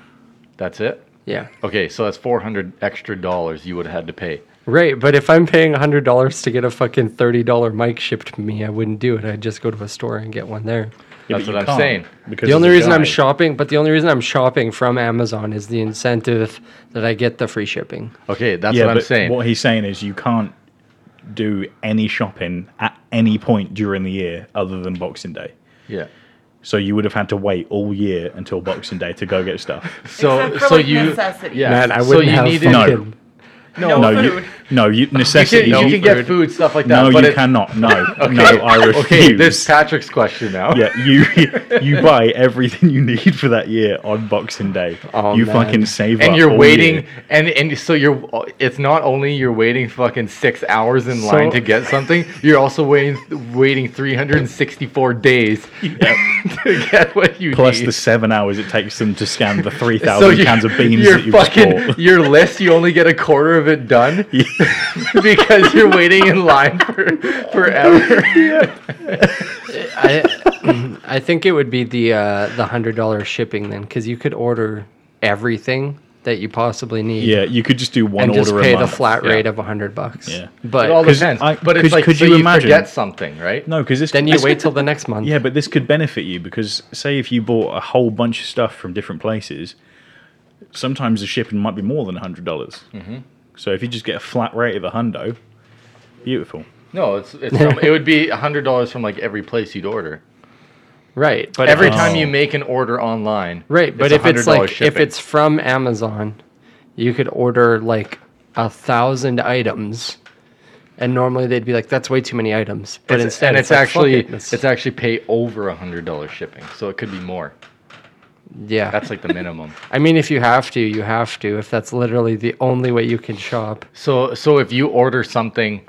J: That's it.
A: Yeah,
J: Okay, so that's four hundred extra dollars you would have had to pay.
A: right. But if I'm paying hundred dollars to get a fucking thirty dollar mic shipped to me, I wouldn't do it. I'd just go to a store and get one there.
I: Yeah, but
J: That's what
I: you
J: I'm
I: can't
J: saying.
I: because
A: the
I: of
A: only reason I'm
I: guy.
A: shopping, but the only reason I'm shopping from Amazon is the incentive that I get the free shipping.
J: Okay, that's
I: yeah,
J: what I'm
I: but
J: saying.
I: What he's saying is you can't do any shopping at any point during the year other than Boxing Day.
J: yeah.
I: So you would have had to wait all year until Boxing Day to go get stuff.
J: So
H: Except for,
J: so
H: like,
J: you
H: necessity.
J: yeah.
A: Man, I
J: so
A: wouldn't
J: you
A: have
J: needed-
I: No.
A: fucking.
H: No,
I: Oh, no,
H: food.
I: you, no, you
J: You can,
I: necessity.
J: you
I: you-
J: can get food stuff like that.
I: no,
J: but
I: you
J: it-
I: cannot. No, no, I refuse.
J: Okay, this Patrick's question now.
I: yeah, you you buy everything you need for that year on Boxing Day.
A: Oh,
I: you
A: man.
I: fucking save up
J: and you're
I: all
J: waiting
I: year.
J: and and so you're it's not only you're waiting fucking six hours in line
A: So-
J: to get something you're also waiting waiting 364 days to get what you
I: Plus
J: need
I: the seven hours it takes them to scan the three
J: So
I: thousand
J: you-
I: cans of beans
J: your
I: that you've
J: fucking
I: bought.
J: your list you only get a quarter of it done because you're waiting in line for forever
A: I, I think it would be the uh, the hundred dollar shipping then, because you could order everything that you possibly need
I: Yeah, you could just do one
A: and
I: order
A: just
I: a
A: pay the
I: month.
A: flat
I: Yeah.
A: rate of hundred bucks.
I: Yeah.
A: but
J: it all
I: 'Cause
J: depends
I: I-
J: but it's
I: could-
J: like
I: could
J: so
I: you
J: you,
I: imagine-
J: forget something right
I: No, because this
A: then you
I: this-
A: wait till the next month.
I: Yeah, but this could benefit you because say if you bought a whole bunch of stuff from different places, sometimes the shipping might be more than hundred dollars. Mm-hmm. So if you just get a flat rate of a hundo, beautiful.
J: no it's, it's from, it would be $100 from like every place you'd order
A: right. But
J: every
A: if it's-
J: time you make an order online
A: right, but if it's
J: $100
A: like if
J: shipping.
A: it's from Amazon, you could order like a thousand items. And normally they'd be like, "That's way too many items," but
J: It's-
A: instead
J: and it's,
A: like, "Fuck
J: actually
A: it, let's-
J: it's actually pay over a hundred dollars shipping, so it could be more.
A: Yeah.
J: That's like the minimum.
A: I mean, if you have to, you have to. If that's literally the only way you can shop,
J: So so if you order something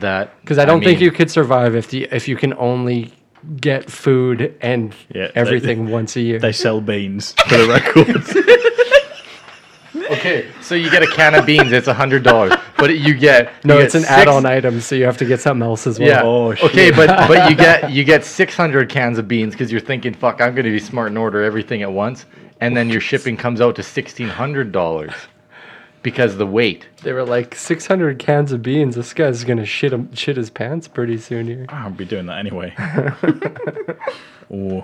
J: that
A: because I don't think
J: mean,
A: you could survive if the if you can only get food and
I: Yeah, they-
A: everything once a year.
I: They sell beans for the record.
J: Okay, so you get a can of beans, it's a hundred dollars, but you get
A: no,
J: you
A: it's
J: get
A: an
J: six-
A: add-on item, so you have to get something else as well.
J: Yeah.
I: Oh,
J: okay, but but you get you get 600 cans of beans because you're thinking, fuck, I'm gonna be smart and order everything at once, and then your shipping comes out to sixteen hundred dollars because the weight.
A: They were like 600 cans of beans. This guy's gonna shit him, shit his pants pretty soon here.
I: I'll be doing that anyway. Ooh.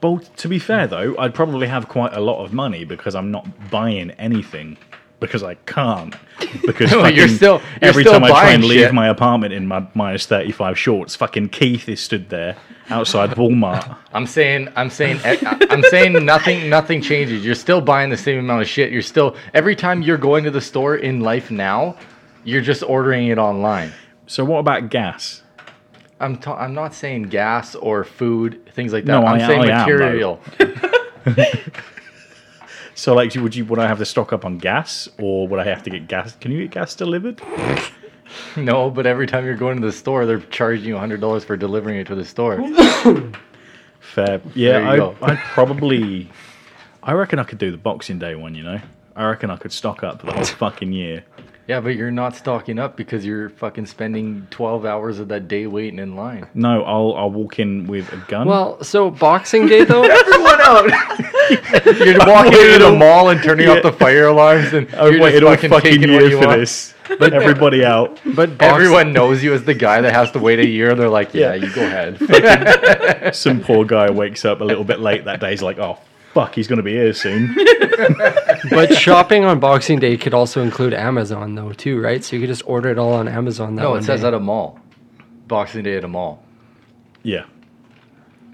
I: But to be fair though, I'd probably have quite a lot of money because I'm not buying anything because I can't. Because
J: No, you're
I: fucking
J: still- you're
I: every
J: still
I: time I try
J: buying
I: and leave
J: shit.
I: my apartment in my minus thirty five shorts, fucking Keith is stood there outside Walmart.
J: I'm saying, I'm saying, e, I'm saying nothing, nothing changes. You're still buying the same amount of shit. You're still every time you're going to the store in life now, you're just ordering it online.
I: So what about gas?
J: I'm ta- I'm not saying gas or food things like that.
I: No,
J: I'm
I: I-
J: saying
I: I am, though.
J: material.
I: So like would you would I have to stock up on gas or would I have to get gas can you get gas delivered?
J: no, but every time you're going to the store, they're charging you hundred dollars for delivering it to the store.
I: Fair.
J: There you
I: Yeah,
J: go.
I: I, I'd probably. I reckon I could do the Boxing Day one, you know? I reckon I could stock up the whole fucking year.
J: yeah, but you're not stocking up because you're fucking spending twelve hours of that day waiting in line.
I: No, I'll I'll walk in with a gun.
A: Well, so Boxing Day though,
J: Everyone out. you're walking into the mall and turning off
I: Yeah.
J: the fire alarms, and
I: I've
J: you're just
I: waited all
J: fucking,
I: fucking
J: taking what
I: year
J: you
I: for
J: want.
I: this. Everybody out.
A: but box-
J: Everyone knows you as the guy that has to wait a year. They're like, yeah,
I: Yeah.
J: you go ahead.
I: Some poor guy wakes up a little bit late that day. He's like, oh, fuck, he's going to be here soon.
A: but shopping on Boxing Day could also include Amazon though too, right? So you could just order it all on Amazon. That
J: no,
A: one
J: it says
A: day.
J: at a mall. Boxing Day at a mall.
I: yeah.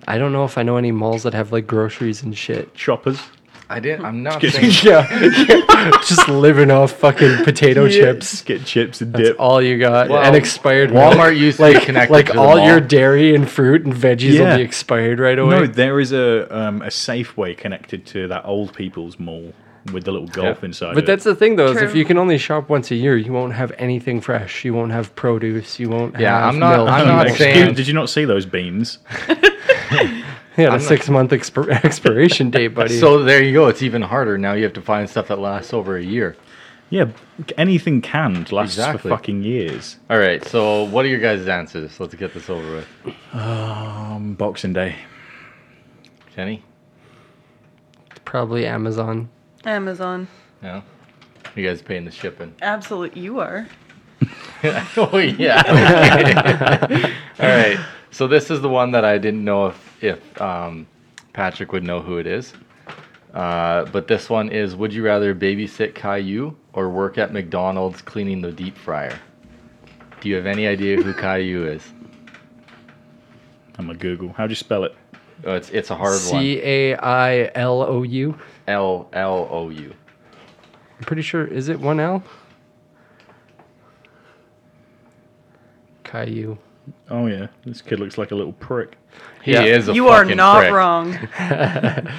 A: I don't know if I know any malls that have like groceries and shit.
I: Shoppers.
J: I didn't. I'm not
I: Excuse
J: saying.
I: me.
A: Yeah, just living off fucking potato
I: Yeah,
A: chips.
I: just Get chips and
A: That's
I: dip.
A: all you got.
J: Well,
A: and expired.
J: Walmart
A: milk.
J: used to be
A: like
J: connected
A: like
J: to the
A: all
J: mall.
A: your dairy and fruit and veggies will
I: Yeah.
A: be expired right away.
I: No, there is a um, a Safeway connected to that old people's mall with the little golf inside.
A: But
I: of it.
A: that's the thing, though, is if
H: True.
A: you can only shop once a year, you won't have anything fresh. You won't have produce. You won't.
J: Yeah,
A: have
J: I'm not-
A: Milk.
J: I'm
I: Um,
J: not
I: excuse-
J: saying-
I: Did you not see those beans?
A: yeah, a six month expir expiration date, buddy.
J: So there you go. It's even harder now. You have to find stuff that lasts over a year.
I: Yeah, c- anything canned lasts
J: Exactly.
I: for fucking years.
J: All right. So what are your guys' answers? Let's get this over with.
I: On Boxing Day.
J: Kenny.
A: probably Amazon.
H: Amazon.
J: Yeah. You guys paying the shipping?
H: Absolute, you are.
J: oh yeah. okay. All right. So this is the one that I didn't know if if um, Patrick would know who it is. Uh, but this one is: Would you rather babysit Caillou or work at McDonald's cleaning the deep fryer? Do you have any idea who Caillou is?
I: I'm a Google. How do you spell it?
J: Oh, it's it's a hard one.
A: C A I L O U.
J: L L O U.
A: I'm pretty sure. Is it one L? Caillou.
I: Oh yeah, this kid looks like a little prick.
J: He
A: Yeah.
J: is a
H: You are
J: fucking
H: not
J: prick.
H: wrong.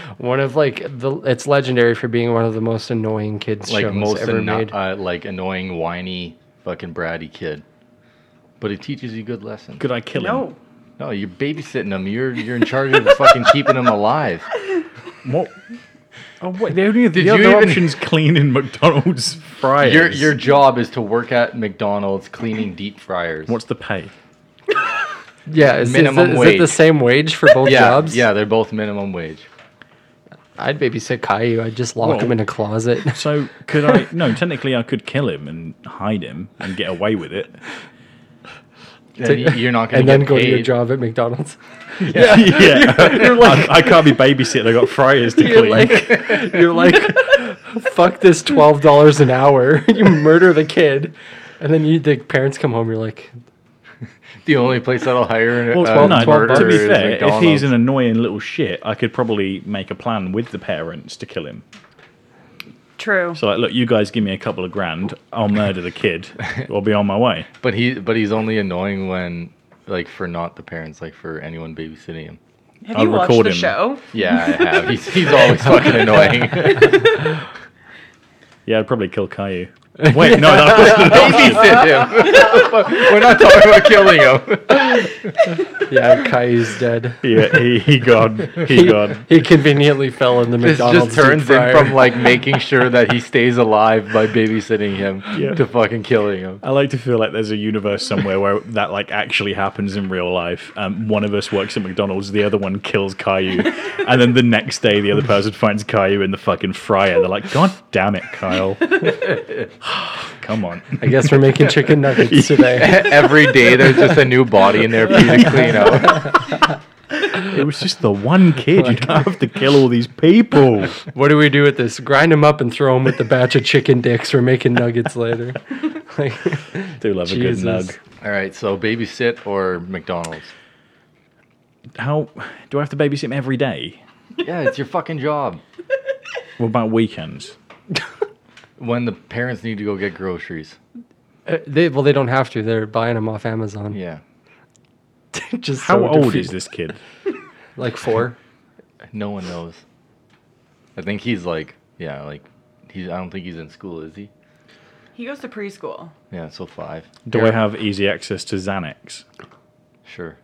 A: One of like the. It's legendary for being one of the most annoying kids
J: Like
A: shows
J: most
A: ever
J: anno-
A: made.
J: uh, like annoying, whiny, fucking bratty kid. But it teaches you good lessons.
I: Could I kill
H: No.
J: No, you're babysitting them. You're you're in charge of fucking keeping them alive.
I: him? What? Oh wait, the only the
J: you
I: other
J: even-
I: option's cleaning McDonald's fries.
J: Your your job is to work at McDonald's cleaning deep fryers.
I: What's the pay?
A: yeah, is, is
J: minimum
A: it- is it the
J: wage.
A: same wage for both
J: yeah,
A: jobs?
J: Yeah, they're both minimum wage.
A: I'd babysit Caillou. I'd just lock him
I: Well-
A: in a closet.
I: So could I? no, technically I could kill him and hide him and get away with it.
J: And y- you're not going
A: and
J: to
A: then
J: get
A: go to your
J: paid.
A: job at McDonald's.
I: Yeah, I, I can't be babysitting. I got fries to
A: You're
I: clean.
A: like, you're like, fuck this twelve dollars an hour. you murder the kid, and then you the parents come home. You're like,
J: The only place that'll hire an
I: Well,
J: uh,
I: no,
A: twelve
J: murderer
I: to be
J: is
I: fair, if
J: McDonald's.
I: he's an annoying little shit, I could probably make a plan with the parents to kill him.
H: True.
I: So, like, look, you guys give me a couple of grand, I'll murder the kid, I'll be on my way.
J: but he but he's only annoying when like for not the parents, like for anyone babysitting him.
H: Have
I: I'll
H: you watched
I: record
H: the
I: him.
H: show?
J: Yeah, I have. He's, he's always fucking annoying.
I: Yeah, I'd probably kill Caillou. Wait, no, that was
J: Babysit him. We're not talking about killing him.
A: Yeah, Caillou's dead.
I: yeah, he, he gone. He gone.
A: He conveniently fell in the
J: This
A: McDonald's.
J: just turns
A: deep
J: in
A: fryer.
J: from like making sure that he stays alive by babysitting him
I: Yeah.
J: to fucking killing him.
I: I like to feel like there's a universe somewhere where that like actually happens in real life. Um, one of us works at McDonald's, the other one kills Caillou, and then the next day the other person finds Caillou in the fucking fryer. They're like, "God damn it, Kyle! Come on."
A: I guess we're making chicken nuggets today.
J: Every day there's just a new body in there for you to clean out.
I: It was just the one kid. You don't have to kill all these people.
A: What do we do with this? Grind them up and throw them with the batch of chicken dicks. We're making nuggets later. Like,
I: Do love
A: Jesus.
I: a good nug.
J: All right, so babysit or McDonald's?
I: How do I have to babysit him every day?
J: Yeah, it's your fucking job.
I: What about weekends?
J: When the parents need to go get groceries.
A: Uh, they well, they don't have to. They're buying them off Amazon.
J: Yeah.
A: Just
I: How
A: so
I: old
A: defeat-
I: is this kid?
A: Like four.
J: No one knows. I think he's like, yeah, like, he's, I don't think he's in school, is he?
H: He goes to preschool.
J: Yeah, so five.
I: Do I have easy access to Xanax?
J: Sure.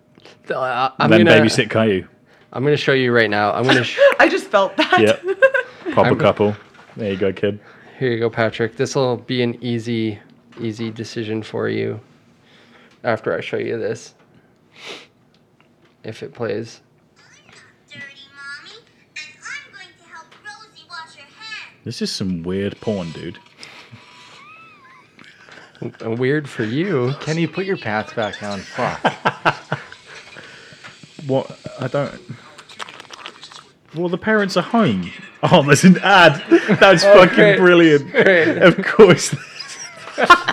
A: Uh, I'm
I: then
A: gonna
I: babysit Caillou.
A: I'm gonna show you right now. I'm gonna sh-
H: I just felt that.
I: Yeah. Pop a
A: I'm-
I: couple. There you go, kid.
A: here you go, Patrick. This will be an easy easy decision for you. After I show you this, if it plays.
D: Dirty mommy, and I'm going to help Rosie wash her hands.
I: This is some weird porn, dude.
A: Uh, Weird for you.
J: Can you put your pants back on? Fuck.
I: What? I don't. Well, the parents are home. Oh, there's an ad. That's
J: Oh,
I: fucking brilliant. Of course.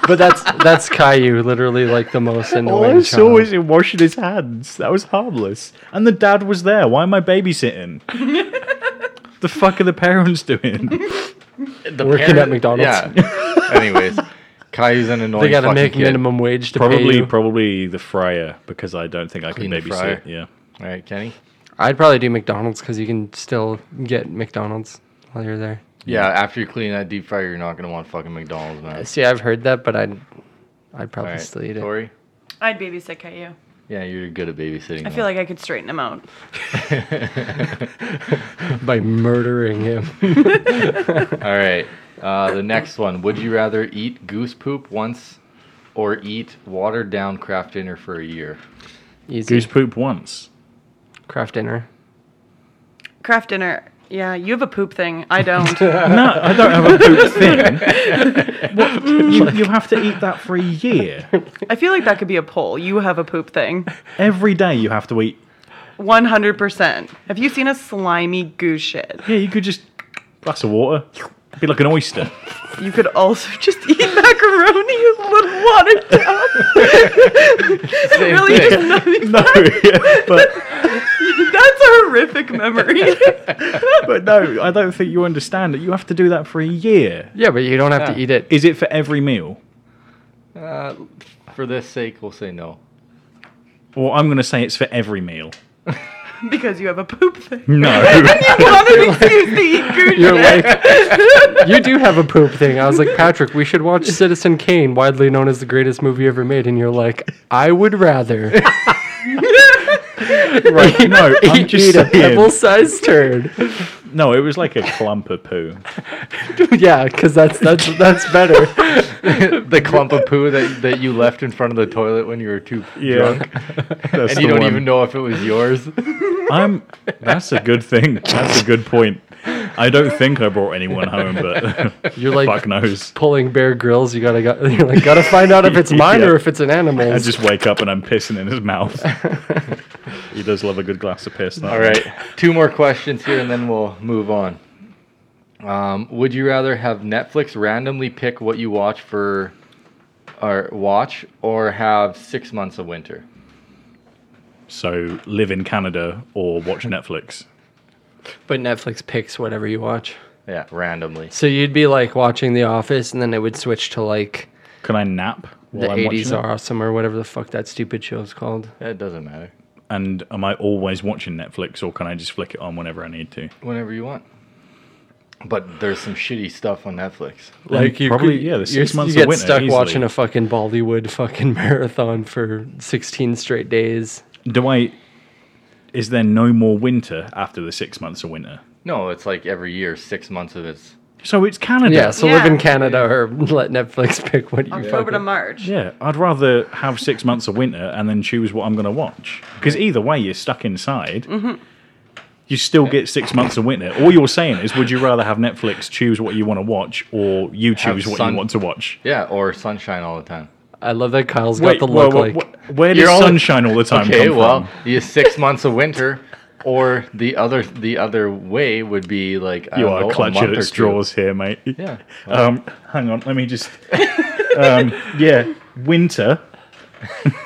A: But that's that's Caillou, literally like the most
I: All
A: annoying
I: I saw
A: child.
I: was him washing his hands. That was harmless. And the dad was there. Why am I babysitting? the fuck are the parents doing?
A: Working at McDonald's.
J: Yeah. Anyways, Caillou's an annoying
A: They gotta
J: fucking
A: make
J: kid.
A: minimum wage to pay
I: probably,
A: you.
I: probably the fryer because I don't think I can
J: Clean the fryer.
I: babysit. Yeah.
J: All right, Kenny.
A: I'd probably do McDonald's because you can still get McDonald's while you're there.
J: Yeah, after you clean that deep fryer, you're not gonna want fucking McDonald's, man.
A: See, I've heard that, but I'd I'd
J: All
A: probably
J: right,
A: still eat it.
J: Tori.
H: I'd babysit Caillou.
J: Yeah, you're good at babysitting.
H: I feel like I could straighten him out.
A: by murdering him.
J: like. All right. Uh, the next one. Would you rather eat goose poop once, or eat watered down craft dinner for a year?
A: Easy.
I: Goose poop once.
A: Craft dinner.
H: Craft dinner. Yeah, you have a poop thing. I don't.
I: No, I don't have a poop thing. What- you, you have to eat that for a year.
H: I feel like that could be a poll. You have a poop thing.
I: Every day you have to eat.
H: 100%. Have you seen a slimy goose shit?
I: Yeah, you could just glass of water. Be like an oyster.
H: You could also just eat macaroni with a little water down. it
J: Same
H: really
J: thing.
H: is nothing.
I: No, yeah, but
H: That's a horrific memory.
I: but no, I don't think you understand that you have to do that for a year.
A: Yeah, but you don't have to
J: Yeah.
A: eat it.
I: Is it for every meal?
J: Uh, for this sake, we'll say no.
I: Or I'm going to say it's for every meal.
H: because you have a poop thing.
I: No,
H: You want an excuse to eat goose
A: You're
H: shit.
A: like, you do have a poop thing. I was like, Patrick, we should watch Citizen Kane, widely known as the greatest movie ever made. And you're like, I would rather
I: right? No, I'm
A: eat,
I: just
A: a
I: saying.
A: pebble-sized turd.
I: No, it was like a clump of poo.
A: yeah, because that's that's that's better.
J: the clump of poo that, that you left in front of the toilet when you were too drunk,
I: That's
J: and
I: the
J: you don't
I: one.
J: even know if it was yours.
I: I'm. That's a good thing. That's a good point. I don't think I brought anyone home, but
A: You're like
I: fuck knows.
A: pulling Bear grills. You gotta go, you're like gotta find out if it's mine
I: Yeah.
A: or if it's an animal.
I: I just wake up and I'm pissing in his mouth. he does love a good glass of piss.
J: All right, two more questions here, and then we'll move on. Um, would you rather have Netflix randomly pick what you watch for, or watch, or have six months of winter?
I: So live in Canada or watch Netflix.
A: but Netflix picks whatever you watch.
J: Yeah, randomly.
A: So you'd be like watching The Office, and then it would switch to like
I: Can I nap
A: the
I: while I'm watching
A: '80s
I: it?
A: are awesome or whatever the fuck that stupid show is called.
J: It doesn't matter.
I: And am I always watching Netflix, or can I just flick it on whenever I need to?
J: whenever you want. But there's some shitty stuff on Netflix.
A: Like you
I: probably-
A: could-
I: yeah, the six
A: you're-
I: months
A: you
I: of
A: get
I: winter,
A: stuck
I: easily.
A: watching a fucking Bollywood fucking marathon for 16 straight days.
I: Do I? Is there no more winter after the six months of winter?
J: No, it's like every year, six months of it's.
I: So it's Canada.
A: Yeah, so
H: Yeah.
A: live in Canada or let Netflix pick what you
H: October
A: fucking-
H: to March.
I: Yeah, I'd rather have six months of winter and then choose what I'm going to watch. Because either way, you're stuck inside. You still get six months of winter. All you're saying is, would you rather have Netflix choose what you want to watch, or you
J: Have
I: choose what
J: sun-
I: you want to watch?
J: Yeah, or sunshine all the time.
A: I love that Kyle's
I: Wait,
A: got the
I: whoa,
A: look
I: whoa,
A: like.
I: wh- where does
J: You're only-
I: sunshine all the time
J: Okay,
I: come
J: well,
I: from?
J: you six months of winter, or the other the other way would be like I
I: You
J: don't
I: are
J: know, a
I: clutching
J: month or
I: at
J: two.
I: straws here, mate.
J: Yeah.
I: Um, hang on, let me just. um, yeah, winter.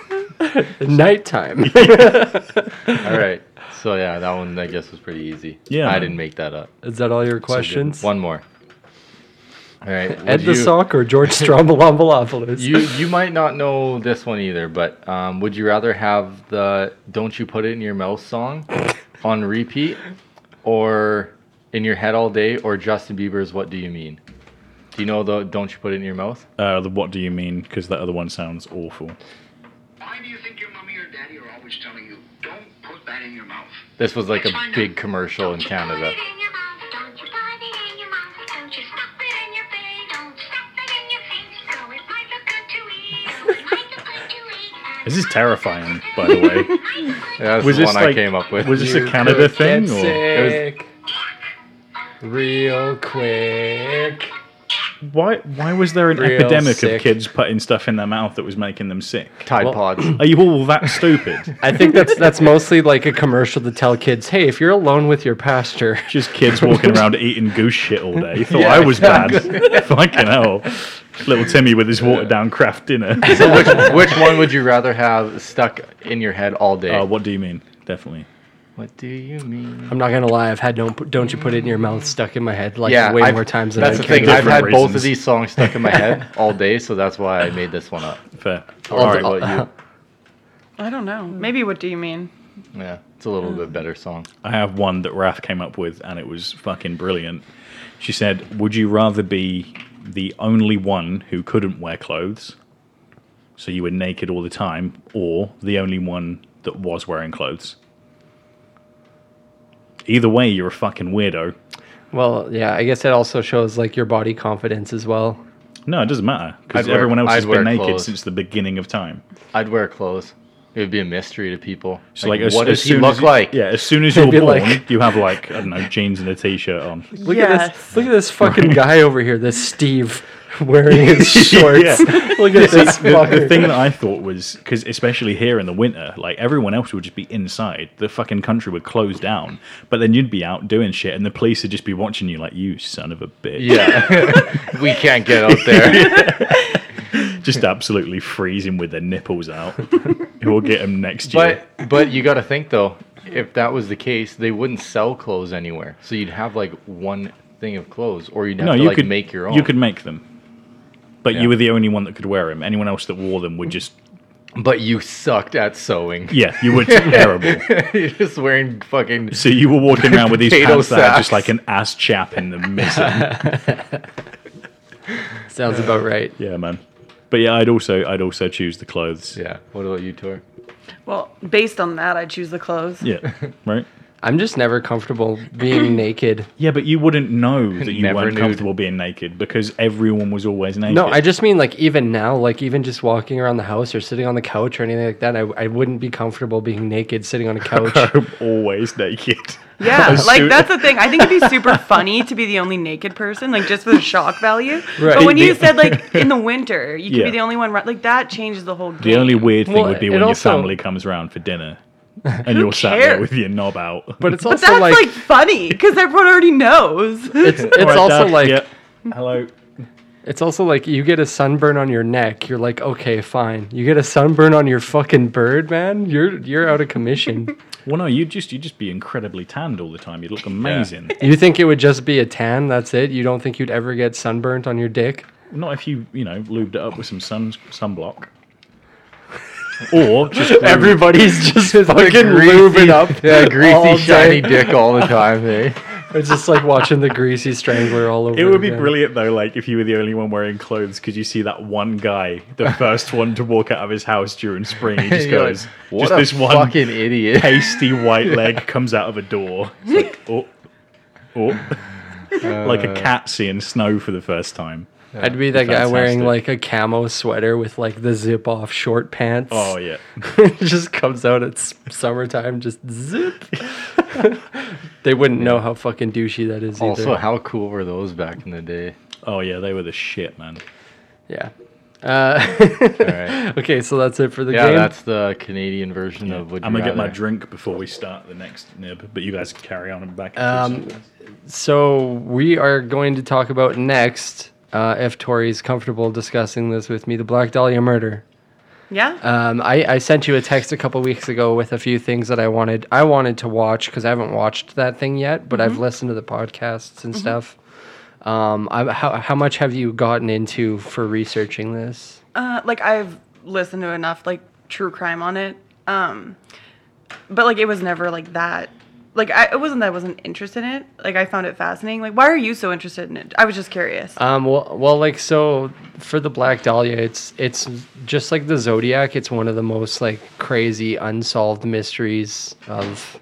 A: Nighttime.
J: All right. So yeah, that one I guess was pretty easy.
I: Yeah,
J: I
I: man.
J: didn't make that up.
A: Is that all your questions?
J: One more. All right.
A: Ed
J: would
A: the
J: you-
A: Sock or George Strombolopoulos?
J: You you might not know this one either, but um, would you rather have the "Don't You Put It in Your Mouth" song on repeat, or in your head all day, or Justin Bieber's "What Do You Mean"? Do you know the "Don't You Put It in Your Mouth"?
I: Uh, the what do you mean? Because that other one sounds awful.
E: Why do you think your mommy or daddy are always telling you, don't put that in your mouth?
J: This was like a
E: Which one?
J: big commercial in
D: Don't you put
J: Canada.
D: it in your mouth, don't you put it in your mouth, don't you stuff it in your face, don't stuff it in your face, though it might look good to eat, though it might look good to eat, and
I: This is terrifying, by the way.
D: might look good
J: Yeah, that's
I: Was
J: the
I: this
J: one I
I: like-
J: came up with.
I: Was this a Canada thing? Or
J: sick
A: real quick.
I: why? Why was there an
A: Real
I: epidemic
A: sick.
I: of kids putting stuff in their mouth that was making them sick?
J: Tide Pods?
I: Are you all that stupid?
A: I think that's that's mostly like a commercial to tell kids, hey, if you're alone with your pastor,
I: Just kids walking around eating goose shit all day. You thought
J: Yeah,
I: I was bad. Fucking hell. Little Timmy with his watered down craft dinner.
J: So which which one would you rather have stuck in your head all day?
I: Uh, what do you mean? Definitely.
J: what do you mean?
A: I'm not gonna lie, I've had don't don't you put it in your mouth stuck in my head like way
J: I've-
A: more times than
J: That's
A: I
J: the thing.
A: can.
J: I've had
I: Different
J: both of
I: reasons.
J: these songs stuck in my head all day, so that's why I made this one up.
I: Fair.
J: All right, what you?
H: I don't know. Maybe what do you mean?
J: Yeah, it's a little bit better song.
I: I have one that Raph came up with, and it was fucking brilliant. She said, "Would you rather be the only one who couldn't wear clothes, so you were naked all the time, or the only one that was wearing clothes?" Either way, you're a fucking weirdo.
A: Well, yeah, I guess it also shows like your body confidence as well.
I: No, it doesn't matter
J: I'd
I: because
J: wear-
I: everyone else
J: I'd
I: has
J: wear
I: been naked
J: clothes.
I: since the beginning of time.
J: I'd wear clothes. It would be a mystery to people.
I: So,
J: like,
I: like, as,
J: what
I: as
J: does he
I: soon
J: look
I: as you-
J: like?
I: Yeah, as soon as you're
A: be
I: born,
A: like-
I: you have like I don't know jeans and a t-shirt on.
A: Look at
H: Yes.
A: this look at this fucking guy over here, this Steve wearing his shorts.
I: Yeah.
A: Look at this
I: the,
A: fucker.
I: the thing that I thought was because especially here in the winter, like everyone else would just be inside. The fucking country would close down, but then you'd be out doing shit, and the police would just be watching you like you son of a bitch,
J: Yeah, we can't get out there.
I: just absolutely freezing with their nipples out. it will get them next year.
J: but but you got to think though. If that was the case, they wouldn't sell clothes anywhere. So you'd have like one thing of clothes, or you'd have
I: no,
J: to
I: you
J: like
I: could
J: make your own.
I: You could make them, but
J: Yeah.
I: you were the only one that could wear them. Anyone else that wore them would just
J: but you sucked at sewing.
I: yeah, you were terrible.
J: You're just wearing fucking.
I: So you were walking around with these
J: Potato
I: pants that are
J: sacks.
I: just like an ass chap in the missing.
A: Sounds about right.
I: Yeah, man. But yeah, I'd also I'd also choose the clothes.
J: Yeah. What about you, Tor?
H: Well, based on that, I choose the clothes.
I: Yeah. right?
A: I'm just never comfortable being naked.
I: Yeah, but you wouldn't know that you
J: Never
I: weren't
J: nude.
I: comfortable being naked because everyone was always naked.
A: No, I just mean like even now, like even just walking around the house or sitting on the couch or anything like that, I, I wouldn't be comfortable being naked sitting on a couch.
I: I'm always naked.
H: Yeah,
I: As
H: like
I: soon-
H: that's the thing. I think it'd be super funny to be the only naked person, like just for the shock value.
A: Right.
H: But when you said like in the winter, you could
I: Yeah.
H: be the only one, ru- like that changes the whole. Game.
I: The only weird thing
A: Well,
I: would be
A: it
I: when your
A: also-
I: family comes around for dinner and you're sat there
H: cares?
I: with your knob out.
A: But it's
H: But
A: also
H: that's
A: like,
H: like, funny because everyone already knows.
A: it's, it's
I: Alright,
A: also
I: Dad,
A: like
I: yeah. Hello.
A: it's also like you get a sunburn on your neck, you're like okay, fine. You get a sunburn on your fucking bird, man. You're you're out of commission.
I: Well no, you'd just you'd just be incredibly tanned all the time. You'd look amazing.
A: you think it would just be a tan? That's it. You don't think you'd ever get sunburnt on your dick?
I: Not if you, you know, lubed it up with some sun sunblock. or just glue-
A: Everybody's just fucking
J: greasy-
A: lubing up.
J: Yeah,
A: all
J: greasy, shiny
A: day.
J: dick all the time, eh?
A: It's just like watching the greasy strangler all over.
I: It would be
A: again.
I: brilliant though, like if you were the only one wearing clothes, because you see that one guy, the first one to walk out of his house during spring, he just
J: You're
I: goes,
J: like, what
I: just
J: a
I: this one
J: fucking idiot.
I: pasty white leg comes out of a door. It's like, oh, oh. like
J: Uh,
I: a cat seeing snow for the first time.
A: I'd be that guy wearing like
I: Fantastic.
A: a camo sweater with like the zip off short pants.
I: Oh yeah,
A: it just comes out. It's summertime. Just zip. they wouldn't know how fucking douchey that is. Either.
J: Also, how cool were those back in the day?
I: oh yeah, they were the shit, man.
A: yeah. Uh,
J: All right.
A: okay, so that's it for the
J: Yeah,
A: game.
J: that's the Canadian version of what
I: I'm gonna get my
J: drink.
I: drink before we start the next nib, but you guys can carry on and back.
A: Um, so we are going to talk about next. Uh, if Tori's comfortable discussing this with me, the Black Dahlia murder.
H: Yeah.
A: Um, I, I sent you a text a couple weeks ago with a few things that I wanted. I wanted to watch because I haven't watched that thing yet, but
J: Mm-hmm.
A: I've listened to the podcasts and stuff. Um, I, how how much have you gotten into for researching this?
H: Uh, like I've listened to enough like true crime on it. Um, but like it was never like that. Like I, it wasn't that I wasn't interested in it. Like I found it fascinating. Like why are you so interested in it? I was just curious.
A: Um, well, well, like so for the Black Dahlia, it's it's just like the Zodiac. It's one of the most like crazy unsolved mysteries of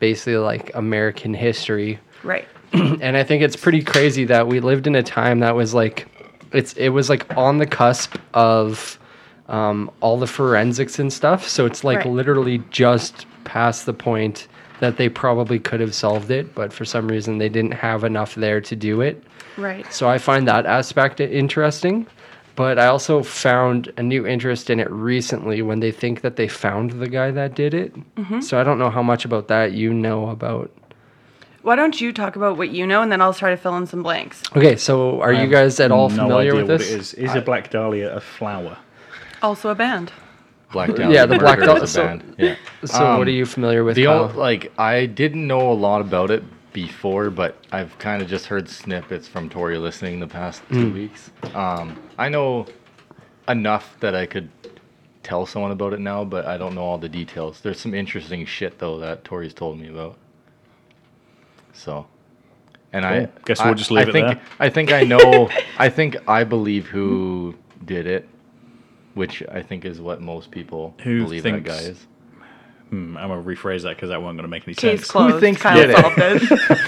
A: basically like American history,
H: right.
A: and I think it's pretty crazy that we lived in a time that was like, it's it was like on the cusp of um, all the forensics and stuff. So it's like
H: Right.
A: literally just past the point that they probably could have solved it, but for some reason they didn't have enough there to do it.
H: Right.
A: So I find that aspect i- interesting. But I also found a new interest in it recently when they think that they found the guy that did it.
H: Mm-hmm.
A: So I don't know how much about that you know about.
H: Why don't you talk about what you know and then I'll try to fill in some blanks.
A: Okay, so are you guys at all familiar with this?
I: What it is. is a black dahlia a flower?
H: Also a band.
J: Black Dahlia.
A: Yeah, the Black
J: Murder
A: Dahlia-
J: is a
A: so-
J: band. Yeah.
A: So
I: Um,
A: what are you familiar with?
J: The
A: Kyle?
J: old, like I didn't know a lot about it before, but I've kind of just heard snippets from Tori listening the past
I: Hmm.
J: two weeks. Um, I know enough that I could tell someone about it now, but I don't know all the details. There's some interesting shit though that Tori's told me about. So, and I
I: Cool. Guess
J: I-
I: we'll just leave
J: I
I: it
J: think,
I: there.
J: I think I know. I think I believe who did it, which I think is what most people
I: Who
J: believe that
I: thinks-
J: guy is.
I: Hmm, I'm gonna rephrase that because that wasn't gonna make any
H: Case
I: sense.
H: closed.
J: thinks
H: Kyle
J: did it?
H: solved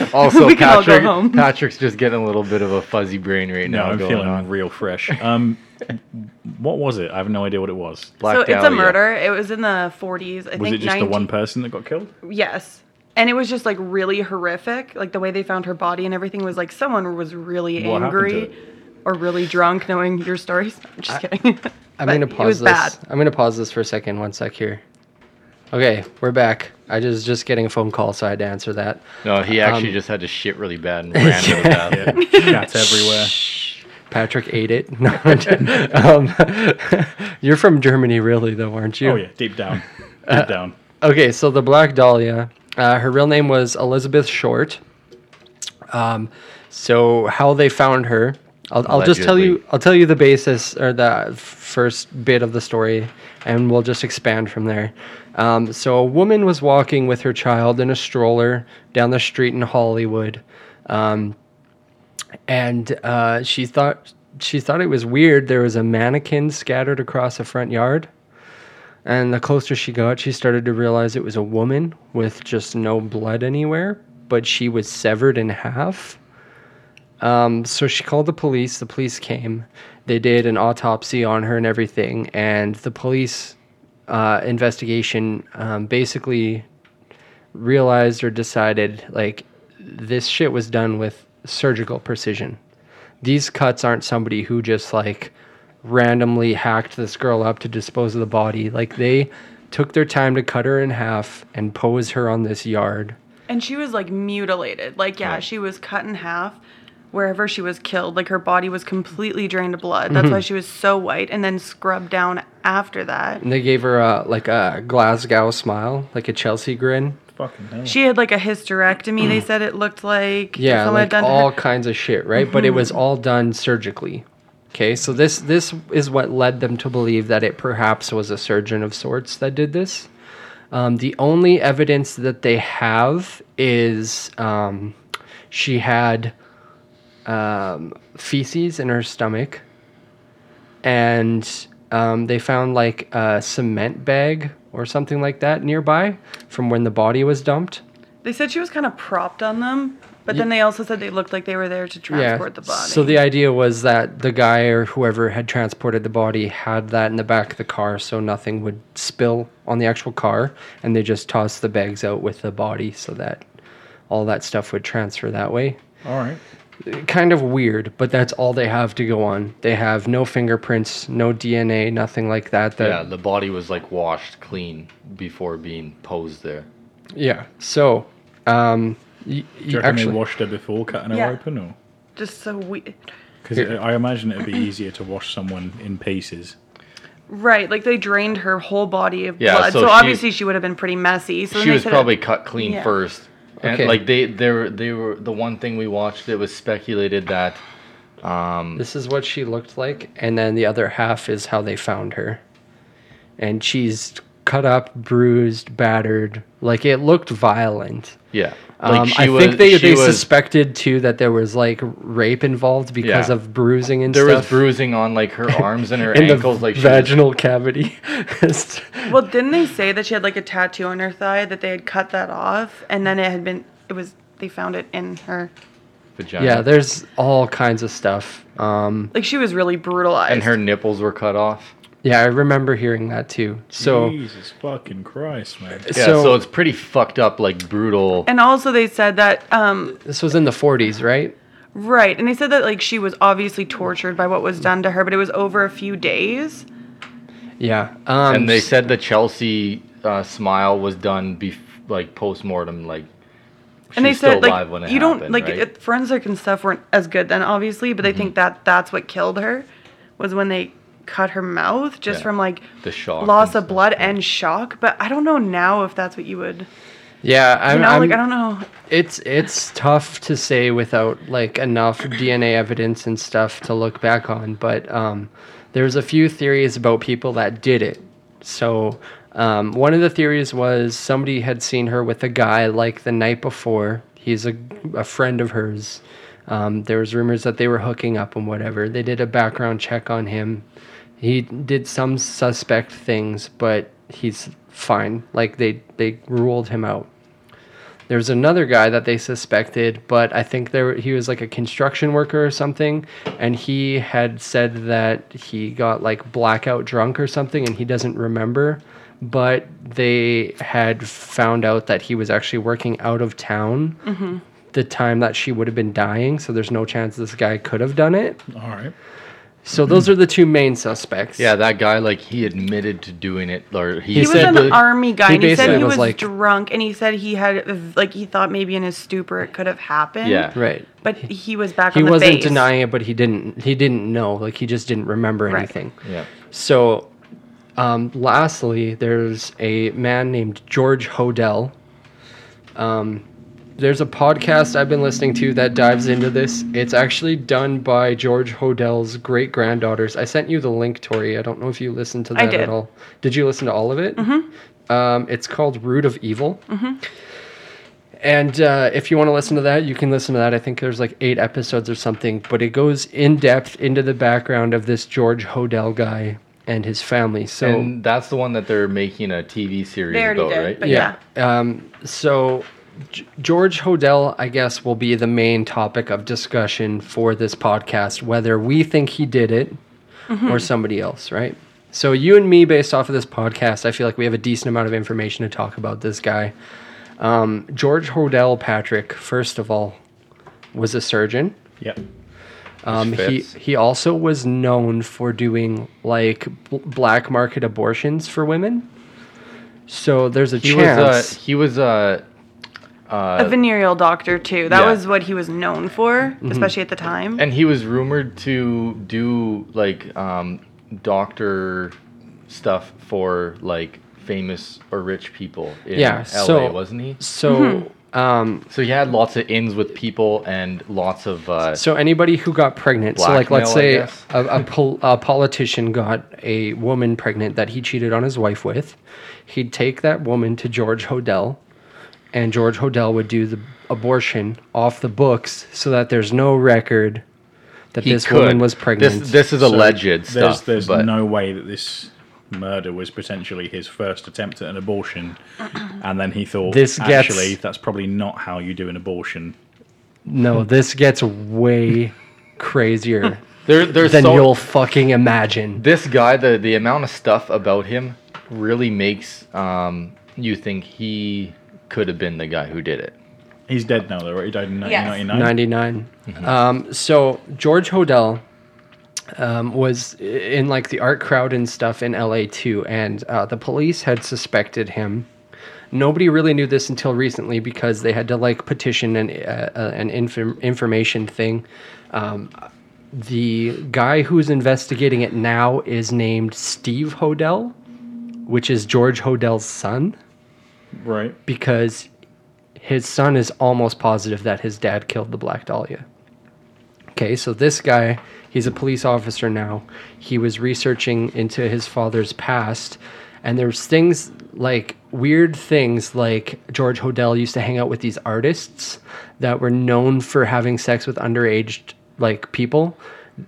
H: it?
J: Also,
H: We can all go
J: Patrick,
H: home.
J: Patrick's just getting a little bit of a fuzzy brain right
I: No,
J: now.
I: I'm
J: going
I: feeling
J: on.
I: real fresh. Um, what was it? I have no idea what it was.
J: Black
H: so it's a
J: Dahlia.
H: murder. It was in the 40s. I
I: Was
H: think
I: it just the
H: 19
I: one person that got killed?
H: Yes. And it was just like really horrific. Like the way they found her body and everything was like someone was really
I: What happened to
H: angry
I: it?
H: or really drunk knowing your stories. I'm just kidding.
A: I'm
H: But
A: gonna
H: It was
A: pause this.
H: bad.
A: I'm gonna pause this for a second. One sec here. Okay, we're back. I just just getting a phone call, so I had to answer that.
J: No, he actually
A: Um,
J: just had to shit really bad and ran to the bathroom.
I: Yeah, cats everywhere.
A: Patrick ate it. No, I'm just- um, you're from Germany, really, though, aren't you?
I: Oh yeah, deep down, deep down.
A: Okay, so the Black Dahlia, uh, her real name was Elizabeth Short. Um, so how they found her, I'll, I'll just tell you.
J: Allegedly.
A: I'll tell you the basis or the f- first bit of the story, and we'll just expand from there. Um, so a woman was walking with her child in a stroller down the street in Hollywood. Um, and uh, she thought she thought it was weird. There was a mannequin scattered across a front yard, and the closer she got, she started to realize it was a woman with just no blood anywhere, but she was severed in half. Um, so she called the police. The police came. They did an autopsy on her and everything, and the police uh, investigation um, basically realized or decided like this shit was done with surgical precision. These cuts aren't somebody who just like randomly hacked this girl up to dispose of the body. Like they took their time to cut her in half and pose her on this yard.
H: And she was like mutilated. Like, yeah, she was cut in half wherever she was killed. Like her body was completely drained of blood.
A: Mm-hmm.
H: That's why she was so white and then scrubbed down after that.
A: And they gave her a like a Glasgow smile, like a Chelsea grin.
I: Fucking hell.
H: She had like a hysterectomy, they said it looked like. that
A: Mm. Yeah,
H: someone had
A: like
H: done to her. Mm-hmm.
A: all kinds of shit, right? But it was all done surgically. Okay, so this this is what led them to believe that it perhaps was a surgeon of sorts that did this. Um, the only evidence that they have is um, she had um, feces in her stomach, and um, they found like a cement bag or something like that nearby from when the body was dumped.
H: They said she was kind of propped on them, but then they also said they looked like they were there to transport the body.
A: So the idea was that the guy or whoever had transported the body had that in the back of the car so nothing would spill on the actual car and they just tossed the bags out with the body so that all that stuff would transfer that way.
I: All right.
A: Kind of weird, but that's all they have to go on. They have no fingerprints, no DNA, nothing like that. that
J: yeah, the body was like washed clean before being posed there.
A: yeah. So, um, y- y-
I: Do you reckon
A: actually,
I: they washed her before cutting her
H: Yeah.
I: open, or
H: just so we
I: because I imagine it'd be easier to wash someone in pieces.
H: Right, like they drained her whole body of
J: Yeah,
H: blood, so,
J: so she-
H: obviously she would have been pretty messy. So then
J: she
H: they
J: was
H: said-
J: probably cut clean
H: Yeah.
J: first. And
A: Okay.
J: like they they were they were the one thing we watched it was speculated that um
A: This is what she looked like, and then the other half is how they found her. And she's cut up, bruised, battered. Like it looked violent.
J: yeah.
A: um, I think they,
J: she
A: they
J: was-
A: suspected too that there was like rape involved because
J: Yeah.
A: of bruising and
J: there
A: stuff.
J: was bruising on like her arms and her
A: in
J: ankles
A: the
J: like she was-
A: vaginal cavity.
H: Well, didn't they say that she had like a tattoo on her thigh that they had cut that off, and then it had been it was they found it in her
J: vagina.
A: yeah, there's all kinds of stuff. Um,
H: like she was really brutalized.
J: and her nipples were cut off.
A: yeah, I remember hearing that too. So,
I: Jesus fucking Christ, man!
J: Yeah, so, it's pretty fucked up, like brutal.
H: And also they said that um
A: this was in the 40s, right?
H: right, and they said that like she was obviously tortured by what was done to her, but it was over a few days.
A: Yeah. Um,
J: and they said the Chelsea uh, smile was done bef- like post mortem, like she
H: and they
J: was still
H: said like
J: alive when it
H: you don't
J: happened,
H: like
J: right? Mm-hmm.
H: it, forensic and stuff weren't as good then obviously but they think that that's what killed her was when they cut her mouth just
J: Yeah.
H: from like
J: The shock
H: loss
J: and
H: of
J: stuff,
H: blood and shock but i don't know now if that's what you would
A: yeah, I'm,
H: you know
A: I'm,
H: like i don't know
A: It's it's tough to say without like enough DNA evidence and stuff to look back on, but um, there's a few theories about people that did it. So um, one of the theories was somebody had seen her with a guy like the night before. He's a a friend of hers. Um, there was rumors that they were hooking up and whatever. They did a background check on him. He did some suspect things, but he's fine. Like they they ruled him out. There's another guy that they suspected, but I think there he was like a construction worker or something, and he had said that he got like blackout drunk or something, and he doesn't remember. But they had found out that he was actually working out of town
H: Mm-hmm.
A: the time that she would have been dying, so there's no chance this guy could have done it.
I: All right.
A: So those are the two main suspects.
J: yeah, that guy like he admitted to doing it, or he,
H: he was
J: said
H: an
J: the-
H: army guy
A: he
H: and he said
A: basically
H: he
A: was
H: was
A: like-
H: drunk and he said he had like he thought maybe in his stupor it could have happened
J: Yeah.
A: right.
H: but he was back
A: He
H: on the
A: wasn't
H: base.
A: denying it, but he didn't. He didn't know. Like he just didn't remember
H: Right.
A: anything.
J: yeah.
A: So, um, lastly, there's a man named George Hodell. Um, there's a podcast I've been listening to that dives into this. It's actually done by George Hodell's great granddaughters. I sent you the link, Tori. I don't know if you listened to
H: I
A: that at
H: did.
A: all. Did you listen to all of it? Mm-hmm. Um, it's called Root of Evil. Mm-hmm. And uh, if you want to listen to that, you can listen to that. I think there's like eight episodes or something, but it goes in depth into the background of this George Hodell guy and his family. So
J: and that's the one that they're making a TV series
H: They already
J: about,
H: did,
J: right?
H: but-
A: yeah. Um, so G- George Hodell, I guess, will be the main topic of discussion for this podcast, whether we think he did it
J: Mm-hmm.
A: or somebody else, right? So you and me, based off of this podcast, I feel like we have a decent amount of information to talk about this guy. Um, George Hodell Patrick, first of all, was a surgeon.
I: Yep.
A: Um, he
J: fits.
A: he also was known for doing like bl- black market abortions for women. So there's a
J: He was
A: chance.
J: uh, he was uh,
H: a venereal doctor too that
J: Yeah.
H: was what he was known for
A: Mm-hmm.
H: especially at the time
J: and he was rumored to do like um, doctor stuff for like famous or rich people in
A: Yeah,
J: LA,
A: so-
J: wasn't he?
A: So
J: So he had lots of ins with people and lots of. Uh,
A: So anybody who got pregnant, so like let's say
J: Blackmail, I
A: a, a, pol- a politician got a woman pregnant that he cheated on his wife with, he'd take that woman to George Hodell, and George Hodell would do the abortion off the books so that there's no record that
J: he
A: this
J: could.
A: woman was pregnant.
J: This, this is alleged stuff,
I: There's,
J: but
I: there's no way that this murder was potentially his first attempt at an abortion, and then he thought,
A: This gets-
I: actually, that's probably not how you do an abortion.
A: no, this gets way crazier
J: there, there's
A: than
J: so,
A: you'll fucking imagine.
J: this guy the the amount of stuff about him really makes um, you think he could have been the guy who did it.
I: He's dead now, though, right? He died in
H: Yes.
I: 1999.
A: 99. Um, so George Hodell um, was i- in like the art crowd and stuff in LA too, and uh, the police had suspected him. Nobody really knew this until recently because they had to like petition an uh, uh, an inform- information thing. Um, the guy who's investigating it now is named Steve Hodell, which is George Hodell's son
I: Right.
A: because his son is almost positive that his dad killed the Black Dahlia. Okay, so this guy, he's a police officer now. He was researching into his father's past, and there's things like weird things like George Hodell used to hang out with these artists that were known for having sex with underage like people.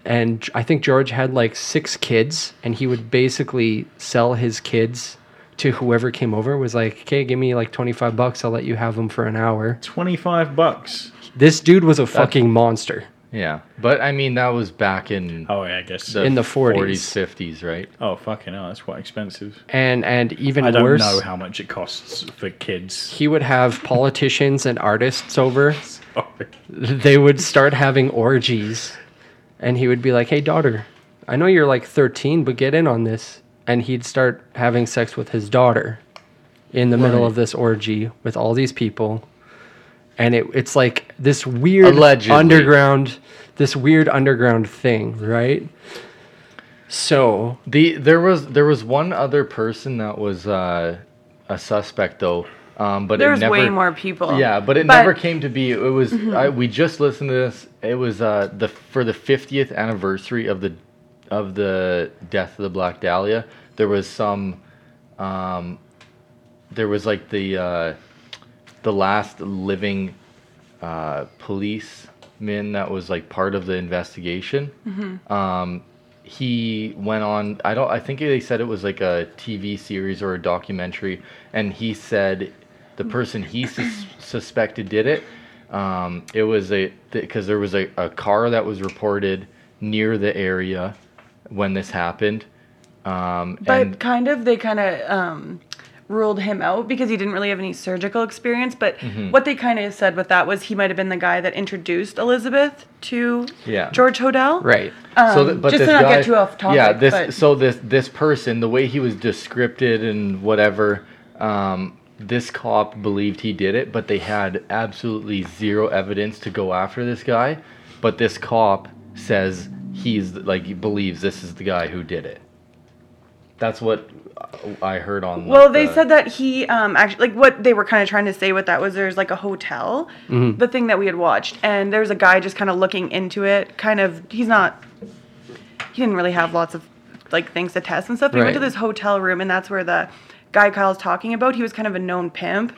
A: And I think George had like six kids, and he would basically sell his kids to whoever came over. Was like, okay, give me like twenty five bucks, I'll let you have them for an hour.
I: 25 bucks.
A: This dude was a fucking monster.
J: Yeah, but I mean that was back in
I: Oh, yeah, I guess.
A: in the 40s.
J: 50s, right?
I: oh, fucking hell, that's quite expensive.
A: and and even
I: I don't
A: worse,
I: know how much it costs for kids.
A: he would have politicians and artists over. They would start having orgies, and he would be like, "Hey, daughter, I know you're like 13, but get in on this." And he'd start having sex with his daughter in the middle of this orgy with all these people, and it, it's like this weird
J: Allegedly.
A: underground, this weird underground thing, right? So
J: The there was there was one other person that was uh, a suspect though, um, but
H: There's
J: it never,
H: way more people.
J: Yeah, but it never came to be. It was I, we just listened to this. It was uh, the for the 50th anniversary of the of the death of the Black Dahlia. There was some, um, there was like the uh, the last living uh, policeman that was like part of the investigation. Um, he went on. I don't. I think they said it was like a TV series or a documentary, and he said the person he sus- suspected did it. Um, it was a because there was a, a car that was reported near the area when this happened. Um,
H: But
J: and
H: kind of, they kind of um, ruled him out because he didn't really have any surgical experience. But
J: Mm-hmm.
H: what they kind of said with that was he might have been the guy that introduced Elizabeth to
J: Yeah.
H: George Hodell.
A: right,
H: Um, just to not get too off topic.
J: Yeah, this
H: but-
J: so this this person, the way he was descripted and whatever, um, this cop believed he did it, but they had absolutely zero evidence to go after this guy. But this cop says he's like he believes this is the guy who did it. That's what uh, I heard on.
H: Well,
J: like, uh,
H: they
J: the-
H: said that he um actually like what they were kind of trying to say with that was there's like a hotel, the thing that we had watched, and there's a guy just kind of looking into it. Kind of, he's not. He didn't really have lots of like things to test and stuff. But He went to
A: Right.
H: this hotel room, and that's where the guy Kyle's talking about. He was kind of a known pimp,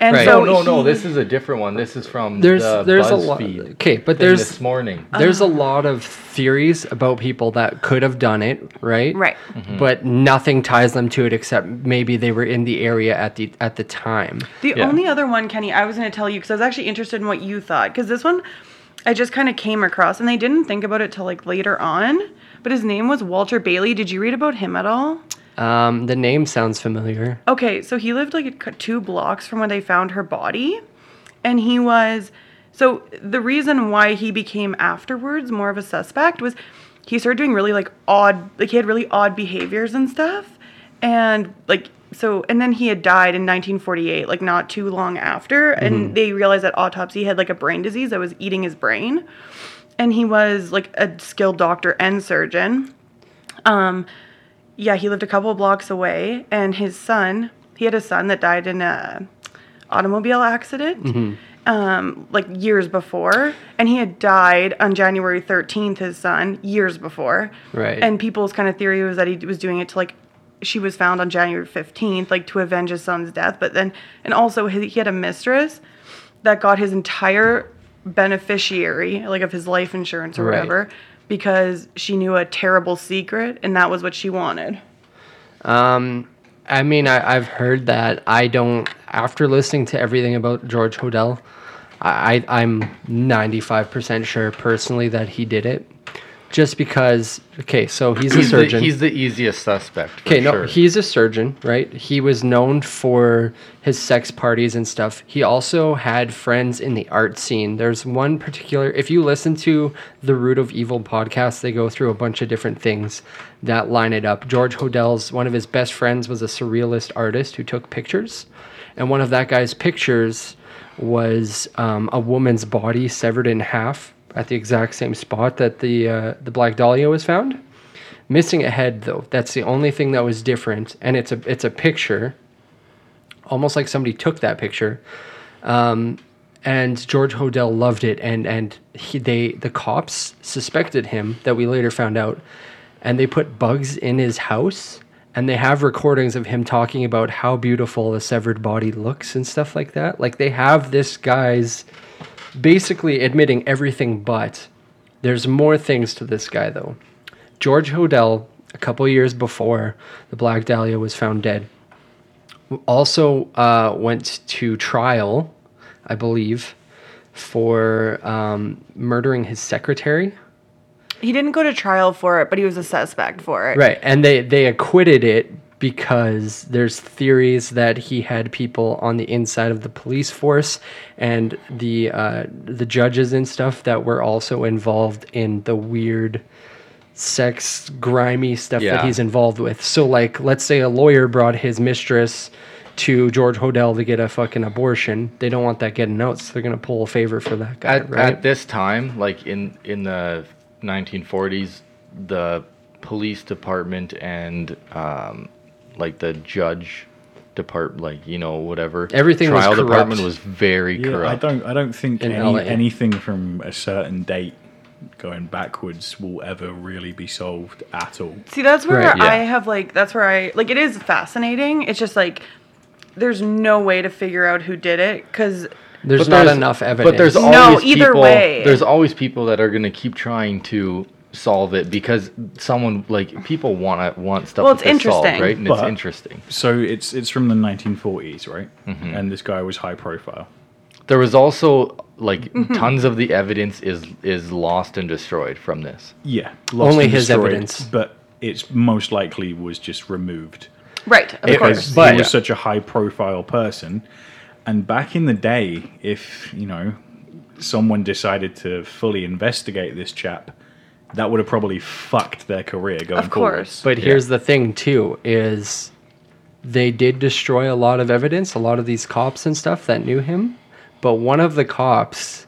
H: and
A: Right.
H: so
J: Oh, No, no, no.
H: he-
J: This is a different one. This is from
A: there's
J: the
A: there's a lot.
J: BuzzFeed
A: Okay, but
J: thing
A: there's
J: this morning.
A: There's a lot of theories about people that could have done it, right?
H: Right.
J: Mm-hmm.
A: But nothing ties them to it except maybe they were in the area at the at the time.
H: The
J: Yeah.
H: only other one, Kenny, I was going to tell you because I was actually interested in what you thought. Because this one, I just kind of came across, and they didn't think about it till like later on. But his name was Walter Bailey. Did you read about him at all?
A: Um, the name sounds familiar.
H: Okay, so he lived like a cou- two blocks from where they found her body, and he was. So the reason why he became afterwards more of a suspect was he started doing really like odd, like he had really odd behaviors and stuff, and like so, and then he had died in 1948, like not too long after, and they realized that autopsy had like a brain disease that was eating his brain, and he was like a skilled doctor and surgeon. Um, yeah, he lived a couple blocks away, and his son, he had a son that died in a automobile accident. Um, like years before, and he had died on January 13th, his son, years before.
A: Right.
H: And people's kind of theory was that he was doing it to like she was found on January 15th, like to avenge his son's death. But then, and also he he had a mistress that got his entire beneficiary, like of his life insurance or
A: Right.
H: whatever, because she knew a terrible secret and that was what she wanted.
A: I mean, I, I've heard that. I don't. After listening to everything about George Hodell, I, I I'm 95% sure personally that he did it, just because. Okay, so he's a
J: He's the,
A: surgeon.
J: he's the easiest suspect. for
A: Okay, no,
J: sure.
A: he's a surgeon, right? He was known for his sex parties and stuff. He also had friends in the art scene. There's one particular, if you listen to the Root of Evil podcast, they go through a bunch of different things that line it up. George Hodell's, one of his best friends was a surrealist artist who took pictures. And one of that guy's pictures was um, a woman's body severed in half at the exact same spot that the, uh, the Black Dahlia was found missing a head though that's the only thing that was different and it's a it's a picture almost like somebody took that picture um, and george hodell loved it and and he, they the cops suspected him that we later found out and they put bugs in his house and they have recordings of him talking about how beautiful a severed body looks and stuff like that like they have this guy's basically admitting everything but there's more things to this guy though George Hodell, a couple years before the Black Dahlia was found dead, also uh, went to trial, I believe, for um, murdering his secretary.
H: He didn't go to trial for it, but he was a suspect for it.
A: Right, and they they acquitted it because there's theories that he had people on the inside of the police force and the uh, the judges and stuff that were also involved in the weird sex grimy stuff that
J: Yeah.
A: he's involved with. So like let's say a lawyer brought his mistress to George Hodell to get a fucking abortion. They don't want that getting out, so they're gonna pull a favor for that guy,
J: at,
A: right?
J: at this time, like in in the 1940s, the police department and um, like the judge department, like you know whatever,
A: Everything was
J: trial
A: corrupt.
J: department was very
I: Yeah, I
J: corrupt.
I: don't. I don't think
A: In
I: any,
A: LA.
I: anything from a certain date going backwards will ever really be solved at all.
H: See, that's where
A: Right,
J: yeah.
H: I have like that's where I like it is fascinating. It's just like there's no way to figure out who did it because
A: there's
J: But
A: not
J: there's-
A: enough evidence.
J: But there's
H: No,
J: always
H: either
J: people,
H: way.
J: There's always people that are going to keep trying to solve it because someone like people want to want stuff
H: Well,
J: like
H: it's
J: this solved,
H: interesting.
J: right? And it's
I: But-
J: interesting.
I: So it's it's from the 1940s, right?
A: Mm-hmm.
I: And this guy was high profile.
J: There was also like
H: Mm-hmm.
J: tons of the evidence is is lost and destroyed from this.
I: Yeah,
A: Only
I: and
A: his evidence.
I: but it's most likely was just removed
H: right, of
I: because
H: course.
I: he
A: But-
I: was such a high profile person. And back in the day, if you know someone decided to fully investigate this chap, that would have probably fucked their career going
H: Of
I: forward.
H: course.
A: But here's the thing too is they did destroy a lot of evidence, a lot of these cops and stuff that knew him, but one of the cops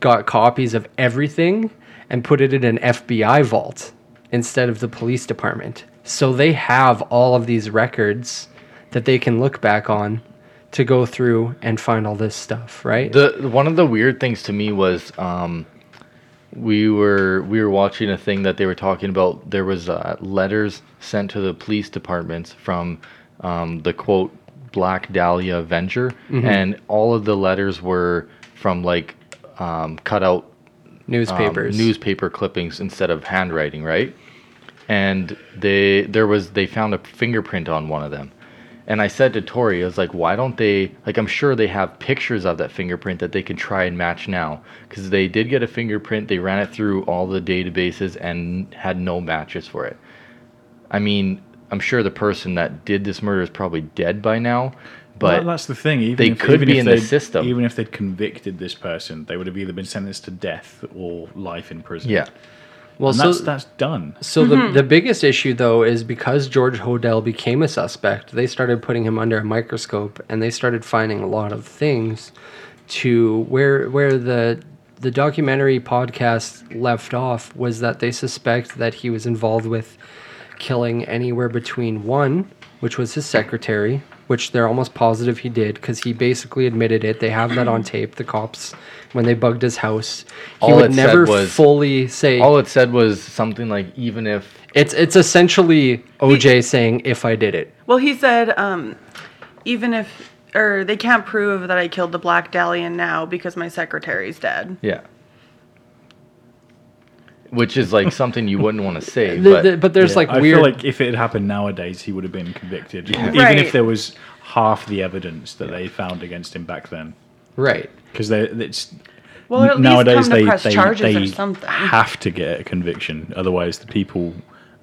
A: got copies of everything and put it in an FBI vault instead of the police department. So they have all of these records that they can look back on to go through and find all this stuff, right?
J: The one of the weird things to me was um, we were we were watching a thing that they were talking about. There was uh, letters sent to the police departments from um, the quote Black Dahlia Avenger, and all of the letters were from like um, cut out um,
A: newspapers.
J: newspaper clippings instead of handwriting, right? And they there was they found a fingerprint on one of them. And I said to Tori, I was like, why don't they like I'm sure they have pictures of that fingerprint that they can try and match now cuz they did get a fingerprint, they ran it through all the databases and had no matches for it. I mean, I'm sure the person that did this murder is probably dead by now, but
I: Well, that's the thing. Even
J: they
I: if,
J: could
I: even
J: be
I: if
J: in the
I: they'd-
J: system.
I: Even if they'd convicted this person, they would have either been sentenced to death or life in prison.
J: yeah.
A: well,
I: and that's that's done.
A: So the the biggest issue though is because George Hodell became a suspect, they started putting him under a microscope and they started finding a lot of things to where where the the documentary podcast left off was that they suspect that he was involved with killing anywhere between one, which was his secretary, which they're almost positive he did because he basically admitted it. They have that on tape. The cops, when they bugged his house, he
J: All
A: would
J: it said
A: never
J: was-
A: fully say.
J: All it said was something like, even if
A: it's it's essentially OJ saying, "If I did it."
H: Well, he said, um, even if, or they can't prove that I killed the Black Dahlian now because my secretary's dead.
J: Yeah. Which is like something you wouldn't want to say,
A: The- the-
J: but
A: But, there's
I: Yeah,
A: like
I: I
A: weird.
I: feel like if it had happened nowadays, he would have been convicted, even
H: Right.
I: if there was half the evidence that they found against him back then.
A: right.
I: Because they, it's
H: Well, or at
I: nowadays
H: least come to
I: they
H: press
I: they,
H: charges
I: they
H: or something.
I: have to get a conviction, otherwise the people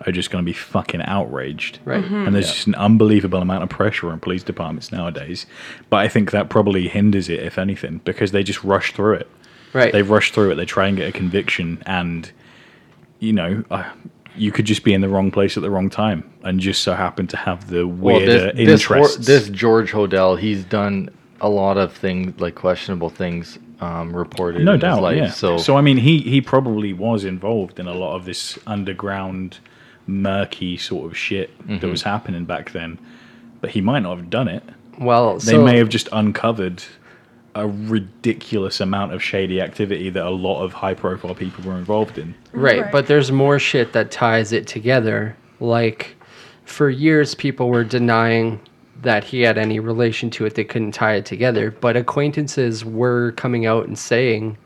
I: are just going to be fucking outraged.
A: Right.
H: Hmm.
A: Mhm.
I: And there's just an unbelievable amount of pressure on police departments nowadays. But I think that probably hinders it, if anything, because they just rush through it.
A: Right.
I: They rush through it. They try and get a conviction, and you know, uh, you could just be in the wrong place at the wrong time, and just so happen to have the
J: well,
I: weirder
J: this, this, wor-
I: uh, interests.
J: this George Hodell, he's done a lot of things like questionable things um, reported.
I: no
J: in
I: doubt
J: his life,
I: yeah
J: So,
I: i mean he he probably was involved in a lot of this underground murky sort of shit that
J: Mm-hmm.
I: was happening back then but he might not have done it
A: Well,
I: they may have just uncovered a ridiculous amount of shady activity that a lot of high profile people were involved in
A: Right,
H: Right.
A: but there's more shit that ties it together. Like, for years, people were denying that he had any relation to it. They couldn't tie it together. But acquaintances were coming out and saying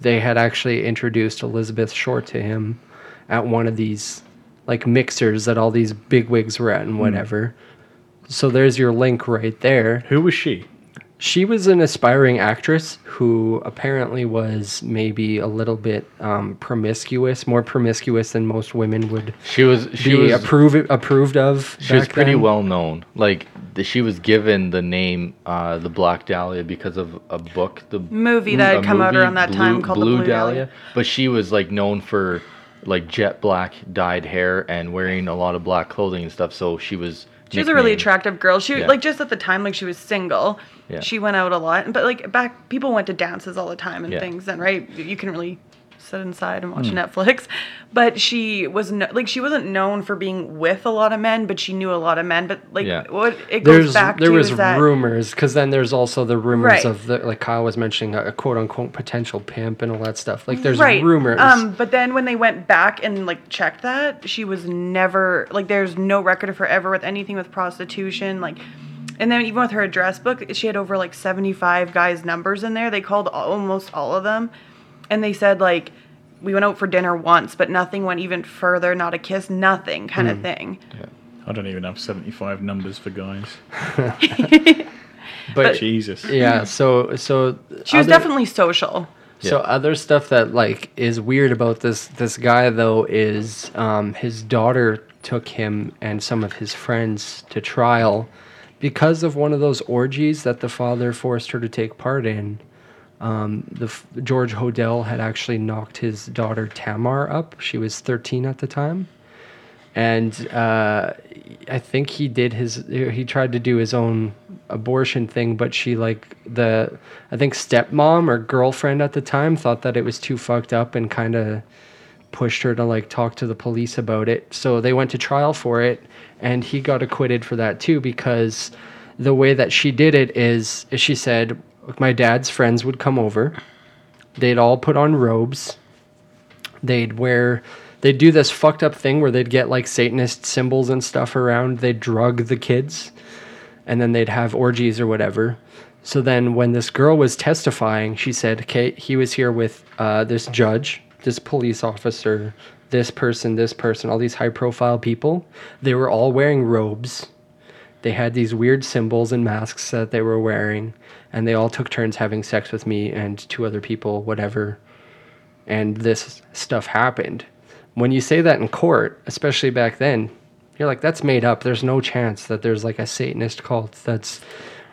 A: they had actually introduced Elizabeth Short to him at one of these, like, mixers that all these bigwigs were at
I: Hmm.
A: and whatever. So there's your link right there.
I: who was she
A: She was an aspiring actress who apparently was maybe a little bit um, promiscuous, more promiscuous than most women would
J: she was she
A: be
J: was
A: approve, approved of.
J: she was
A: back
J: pretty
A: then.
J: well known. Like th- she was given the name uh, the Black Dahlia because of a book, the
H: Movie that had
J: Mm, a
H: come out around that time called The Blue Dahlia.
J: But she was like known for like jet black dyed hair and wearing a lot of black clothing and stuff. So she was
H: She was a really
J: nicknamed-
H: attractive girl. She
J: Yeah.
H: like just at the time like she was single.
J: Yeah.
H: She went out a lot, but like back people went to dances all the time and
J: Yeah.
H: things then, right? You can really sit inside and watch Netflix. But she was no, like she wasn't known for being with a lot of men, but she knew a lot of men, but like
J: Yeah.
H: what it
A: There's
H: goes back
A: there
H: to
A: was
H: is that
A: rumors because then there's also the rumors
H: Right.
A: of the like Kyle was mentioning a, a quote unquote potential pimp and all that stuff. Like there's
H: right.
A: rumors.
H: Um, but then when they went back and like checked that, she was never like there's no record of her ever with anything with prostitution, like and then even with her address book, she had over like 75 guys' numbers in there. They called al- almost all of them and they said like we went out for dinner once, but nothing went even further, not a kiss, nothing kind
A: Hmm.
H: of thing.
I: i don't even have 75 numbers for guys
A: but
I: jesus
A: yeah, so so
H: She was
A: other-
H: definitely social.
A: So other stuff that like is weird about this this guy though is um, his daughter took him and some of his friends to trial because of one of those orgies that the father forced her to take part in. Um, the f- George Hodell had actually knocked his daughter Tamar up. She was 13 at the time, and uh, I think he did his he tried to do his own abortion thing, but she like the I think stepmom or girlfriend at the time thought that it was too fucked up and kind of pushed her to like talk to the police about it. So they went to trial for it and he got acquitted for that too because the way that she did it is she said my dad's friends would come over. They'd all put on robes they'd wear they'd do this fucked up thing where they'd get like satanist symbols and stuff around they'd drug the kids and then they'd have orgies or whatever so then when this girl was testifying she said okay he was here with uh, this judge this police officer this person this person all these high profile people they were all wearing robes they had these weird symbols and masks that they were wearing and they all took turns having sex with me and two other people whatever and this stuff happened. When you say that in court, especially back then, you're like, that's made up. There's no chance that there's like a Satanist cult that's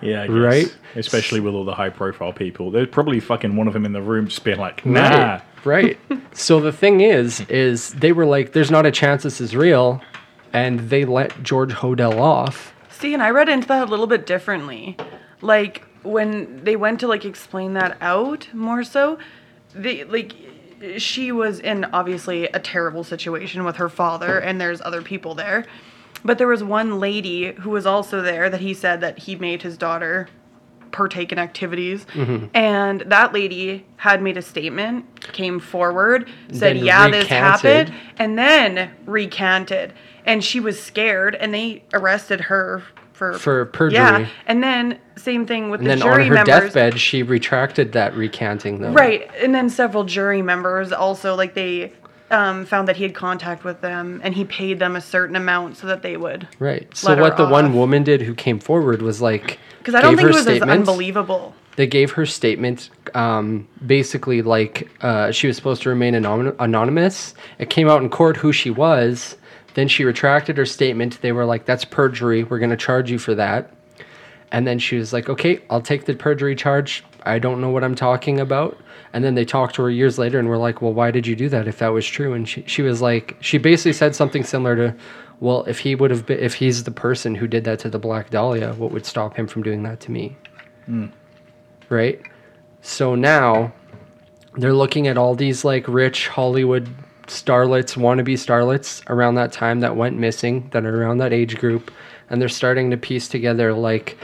I: Yeah, I guess.
A: Right?
I: Especially with all the high profile people. There's probably fucking one of them in the room just being like, nah.
A: Right. Right. so the thing is, is they were like, there's not a chance this is real. And they let George Hodell off.
H: See, and I read into that a little bit differently. Like when they went to like explain that out more so, they like she was in obviously a terrible situation with her father and there's other people there. But there was one lady who was also there that he said that he made his daughter partake in activities.
A: Mm-hmm.
H: And that lady had made a statement, came forward, said,
A: Then
H: Yeah, this
A: recanted.
H: happened, and then recanted. And she was scared, and they arrested her for.
A: For perjury.
H: Yeah. And then, same thing with
A: And
H: the
A: then on
H: jury
A: her
H: members.
A: deathbed, she retracted that recanting, though.
H: Right, and then several jury members also like they um, found that he had contact with them, and he paid them a certain amount so that they would.
A: Right. So
H: let her
A: what the
H: off.
A: one woman did who came forward was like,
H: Because I don't
A: gave
H: think
A: her
H: it was as
A: statements.
H: unbelievable.
A: They gave her statement, um, basically like uh, she was supposed to remain anon- anonymous. It came out in court who she was. Then she retracted her statement. They were like, "That's perjury. We're going to charge you for that." And then she was like, "Okay, I'll take the perjury charge. I don't know what I'm talking about." And then they talked to her years later and were like, "Well, why did you do that if that was true?" And she, she was like, she basically said something similar to, "Well, if he would have been, if he's the person who did that to the Black Dahlia, what would stop him from doing that to me?" Right? So now they're looking at all these like rich Hollywood starlets, wannabe starlets around that time that went missing, that are around that age group, and they're starting to piece together like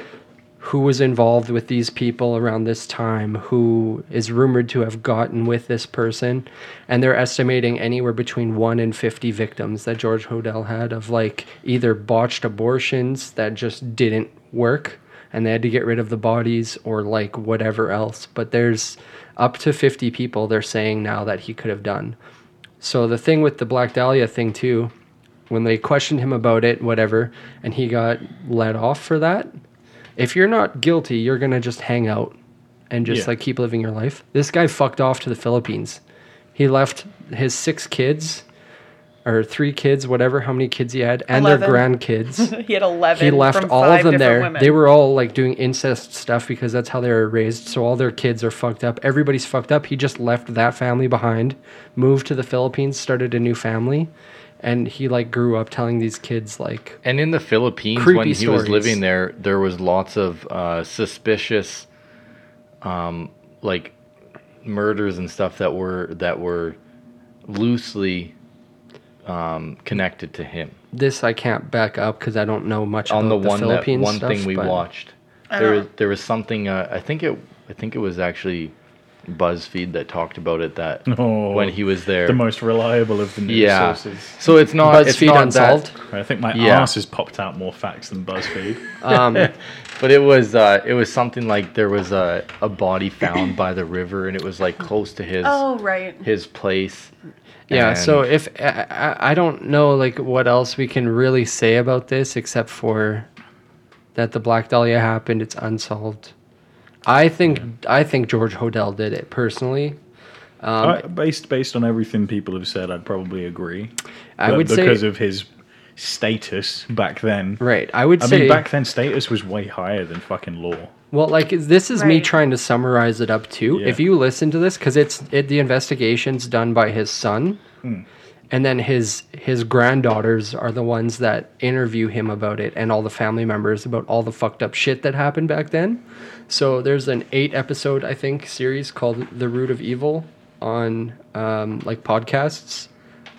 A: who was involved with these people around this time, who is rumored to have gotten with this person, and they're estimating anywhere between 1 and 50 victims that George Hodel had of like either botched abortions that just didn't work and they had to get rid of the bodies or like whatever else, but there's up to 50 people they're saying now that he could have done. So the thing with the Black Dahlia thing too, when they questioned him about it, whatever, and he got let off for that, if you're not guilty, you're gonna just hang out and just
I: Yeah.
A: like keep living your life. This guy fucked off to the Philippines. He left his six kids or three kids, whatever, how many kids he had, and their
H: Eleven.
A: grandkids
H: He had eleven.
A: he left
H: from
A: all
H: five
A: of them
H: different
A: there.
H: Women.
A: They were all like doing incest stuff because that's how they were raised. So all their kids are fucked up. Everybody's fucked up. He just left that family behind, moved to the Philippines, started a new family, and he like grew up telling these kids like
J: And in the Philippines,
A: Creepy
J: when he
A: stories.
J: was living there, there was lots of uh, suspicious, um, like murders and stuff that were that were loosely um, connected to him.
A: this. I can't back up because I don't know much
J: On the
A: about the,
J: one that
A: Philippines
J: one
A: stuff,
J: thing we
A: but-
J: watched, there was, there was something. Uh, I think it I think it was actually BuzzFeed that talked about it. That
I: Oh,
J: when he was there,
I: the most reliable of the news
J: yeah.
I: sources.
J: So it's not it's
A: BuzzFeed
J: not
A: Unsolved.
J: That,
I: I think my
J: Yeah.
I: ass has popped out more facts than BuzzFeed.
J: But it was uh, it was something like there was a, a body found by the river and it was like close to his
H: Oh right.
J: his place.
A: Yeah, so
J: And-
A: if I, I- I don't know like what else we can really say about this except for that the Black Dahlia happened, it's unsolved. I think I think George Hodel did it personally. Um,
I: I- based based on everything people have said, I'd probably agree.
A: I
I: But
A: would say
I: because of his status back then.
A: right. I would
I: I
A: say
I: mean, back then status was way higher than fucking law.
A: Well, like is- this is me
H: Right.
A: trying to summarize it up too.
I: Yeah.
A: If you listen to this, because it's it, the investigation's done by his son, and then his his granddaughters are the ones that interview him about it, and all the family members about all the fucked up shit that happened back then. So there's an eight episode I think series called "The Root of Evil" on um, like podcasts.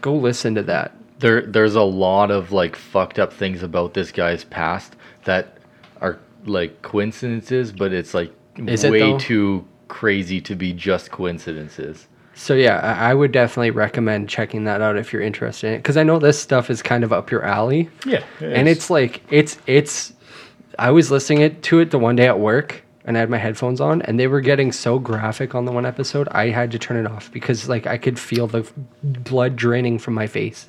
A: Go listen to that.
J: there there's a lot of like fucked up things about this guy's past that are like coincidences, but it's like
A: Is it,
J: way
A: though?
J: too crazy to be just coincidences.
A: So yeah, I, I would definitely recommend checking that out if you're interested in it, because I know this stuff is kind of up your alley.
I: Yeah, it
A: and
I: is.
A: it's like it's it's. I was listening it to it the one day at work, and I had my headphones on, and they were getting so graphic on the one episode, I had to turn it off because like I could feel the blood draining from my face,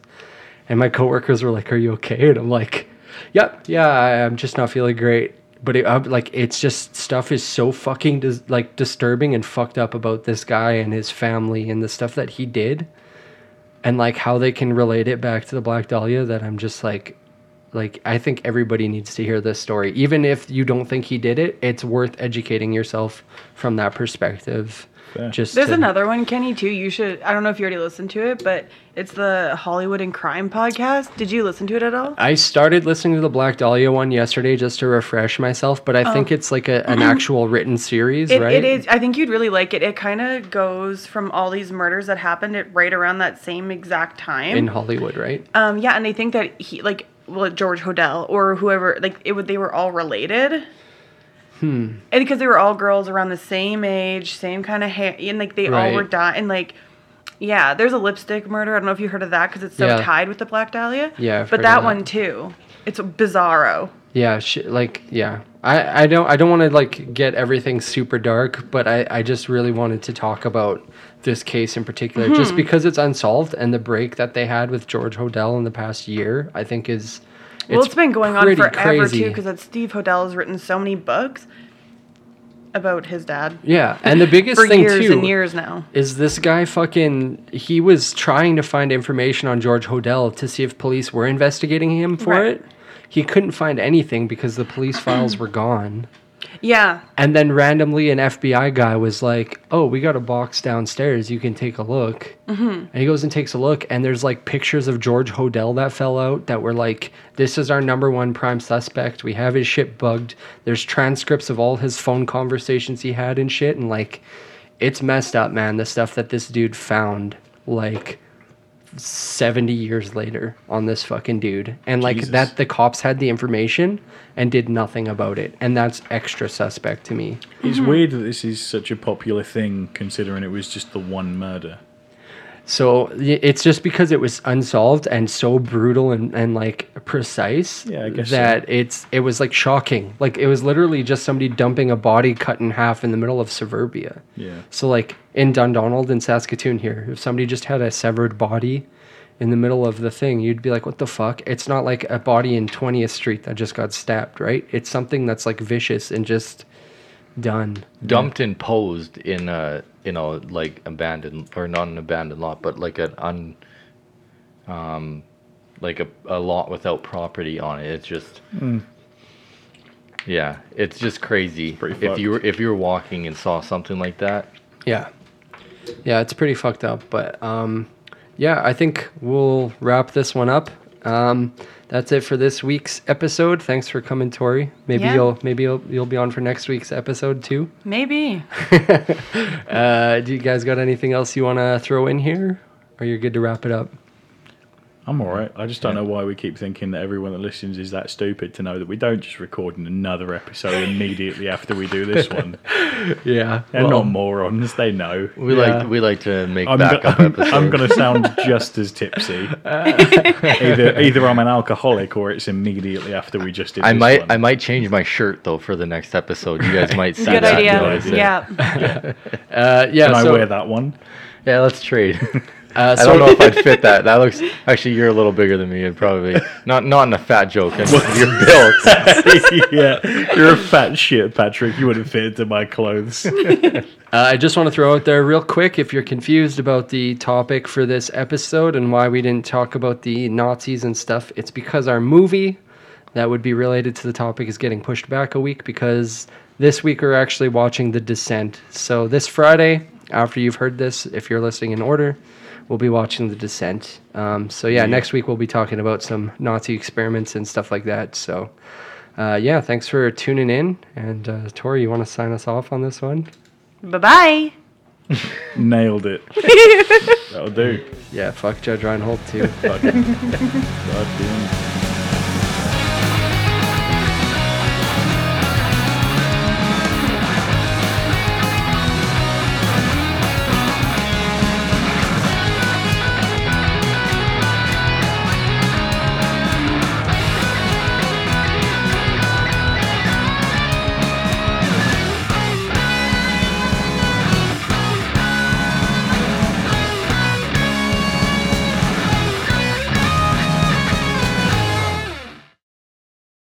A: and my coworkers were like, "Are you okay?" And I'm like, "Yep, yeah, I, I'm just not feeling great." But it, I'm, like, it's just stuff is so fucking dis- like disturbing and fucked up about this guy and his family and the stuff that he did and like how they can relate it back to the Black Dahlia that I'm just like like I think everybody needs to hear this story. Even if you don't think he did it, it's worth educating yourself from that perspective. Just
H: There's
A: to-
H: another one, Kenny, too. You should. I don't know if you already listened to it, but it's the Hollywood and Crime podcast. Did you listen to it at all?
A: I started listening to the Black Dahlia one yesterday just to refresh myself, but I think it's like a, an actual written series,
H: Oh. It,
A: right?
H: it is. I think you'd really like it. It kind of goes from all these murders that happened at right around that same exact time.
A: in Hollywood, right?
H: um, yeah, and they think that he like well, George Hodell or whoever. Like it would, they were all related. Hmm. And because they were all girls around the same age, same kind of hair, and like they all were
A: Right.
H: dot and like. Yeah, there's a lipstick murder. I don't know if you heard of that because it's so
A: Yeah.
H: tied with the Black Dahlia.
A: Yeah, I've heard
H: but
A: of
H: that,
A: that.
H: one too. It's bizarro.
A: Yeah, sh- like yeah. I, I don't I don't want to like get everything super dark, but I I just really wanted to talk about this case in particular
H: Hmm.
A: just because it's unsolved and the break that they had with George Hodell in the past year, I think is
H: well, it's been going on
A: pretty
H: forever too, 'cause too
A: crazy.
H: because that Steve Hodell has written so many books about his dad
A: yeah, and the biggest
H: for
A: thing
H: years
A: too
H: and years now.
A: is this guy fucking he was trying to find information on George Hodell to see if police were investigating him for
H: Right.
A: it. He couldn't find anything because the police files were gone.
H: Yeah,
A: And then randomly, an FBI guy was like, "Oh, we got a box downstairs. You can take a look." Mm-hmm. And he goes and takes a look, and there's like pictures of George Hodell that fell out that were like, "This is our number one prime suspect. We have his shit bugged." There's transcripts of all his phone conversations he had and shit, and like, it's messed up, man. The stuff that this dude found, like. 70 years later on this fucking dude and like
I: Jesus.
A: that the cops had the information and did nothing about it and that's extra suspect to me
I: It's weird that this is such a popular thing, considering it was just the one murder.
A: So y- it's just because it was unsolved and so brutal and, and like precise
I: Yeah, I guess so.
A: that it's it was like shocking. Like it was literally just somebody dumping a body cut in half in the middle of suburbia.
I: Yeah.
A: So like in Dundonald and Saskatoon here, if somebody just had a severed body in the middle of the thing, you'd be like, what the fuck? It's not like a body in 20th Street that just got stabbed, right? It's something that's like vicious and just done.
J: dumped and posed in a you know like abandoned or not an abandoned lot but like an un um like a, a lot without property on it it's just
A: Hmm.
J: yeah it's just crazy
I: Pretty
J: if you were
I: fucked.
J: if you were walking and saw something like that
A: Yeah. Yeah, it's pretty fucked up, but um yeah, I think we'll wrap this one up. Um that's it for this week's episode. Thanks for coming, Tori. Maybe
H: Yeah.
A: you'll maybe you'll, you'll be on for next week's episode too.
H: maybe.
A: Uh do you guys got anything else you want to throw in here? Or you're good to wrap it up?
I: I'm all right. I just don't know why we keep thinking that everyone that listens is that stupid to know that we don't just record another episode immediately after we do this one.
A: Yeah.
I: They're not morons. They know.
J: we
A: Yeah.
J: like we like to make
I: I'm, go-
J: backup
I: I'm,
J: episodes
I: I'm going to sound just as tipsy. either, either I'm an alcoholic or it's immediately after we just did
J: I
I: this
J: might
I: one.
J: I might change my shirt though for the next episode. You guys might see
H: Good
J: that.
H: idea.
J: notice it.
H: Yeah,
A: Uh, yeah,
I: Can
A: so,
I: I wear that one?
J: Yeah, let's trade.
A: Uh,
J: I
A: so-
J: don't know if I'd fit that. That looks actually you're a little bigger than me and probably not not in a fat joke. I mean, you're built.
I: yeah, you're a fat shit, Patrick. You wouldn't fit into my clothes.
A: Uh, I just want to throw out there real quick if you're confused about the topic for this episode and why we didn't talk about the Nazis and stuff, it's because our movie that would be related to the topic is getting pushed back a week because this week we're actually watching The Descent. So this Friday, after you've heard this, if you're listening in order, we'll be watching The Descent. Um, so yeah, next week we'll be talking about some Nazi experiments and stuff like that. So. Uh, yeah, thanks for tuning in. And uh, Tori, you want to sign us off on this one?
H: bye bye.
I: Nailed it. That'll do.
A: Yeah, fuck Judge Reinhold too.
I: Fucking goddamn.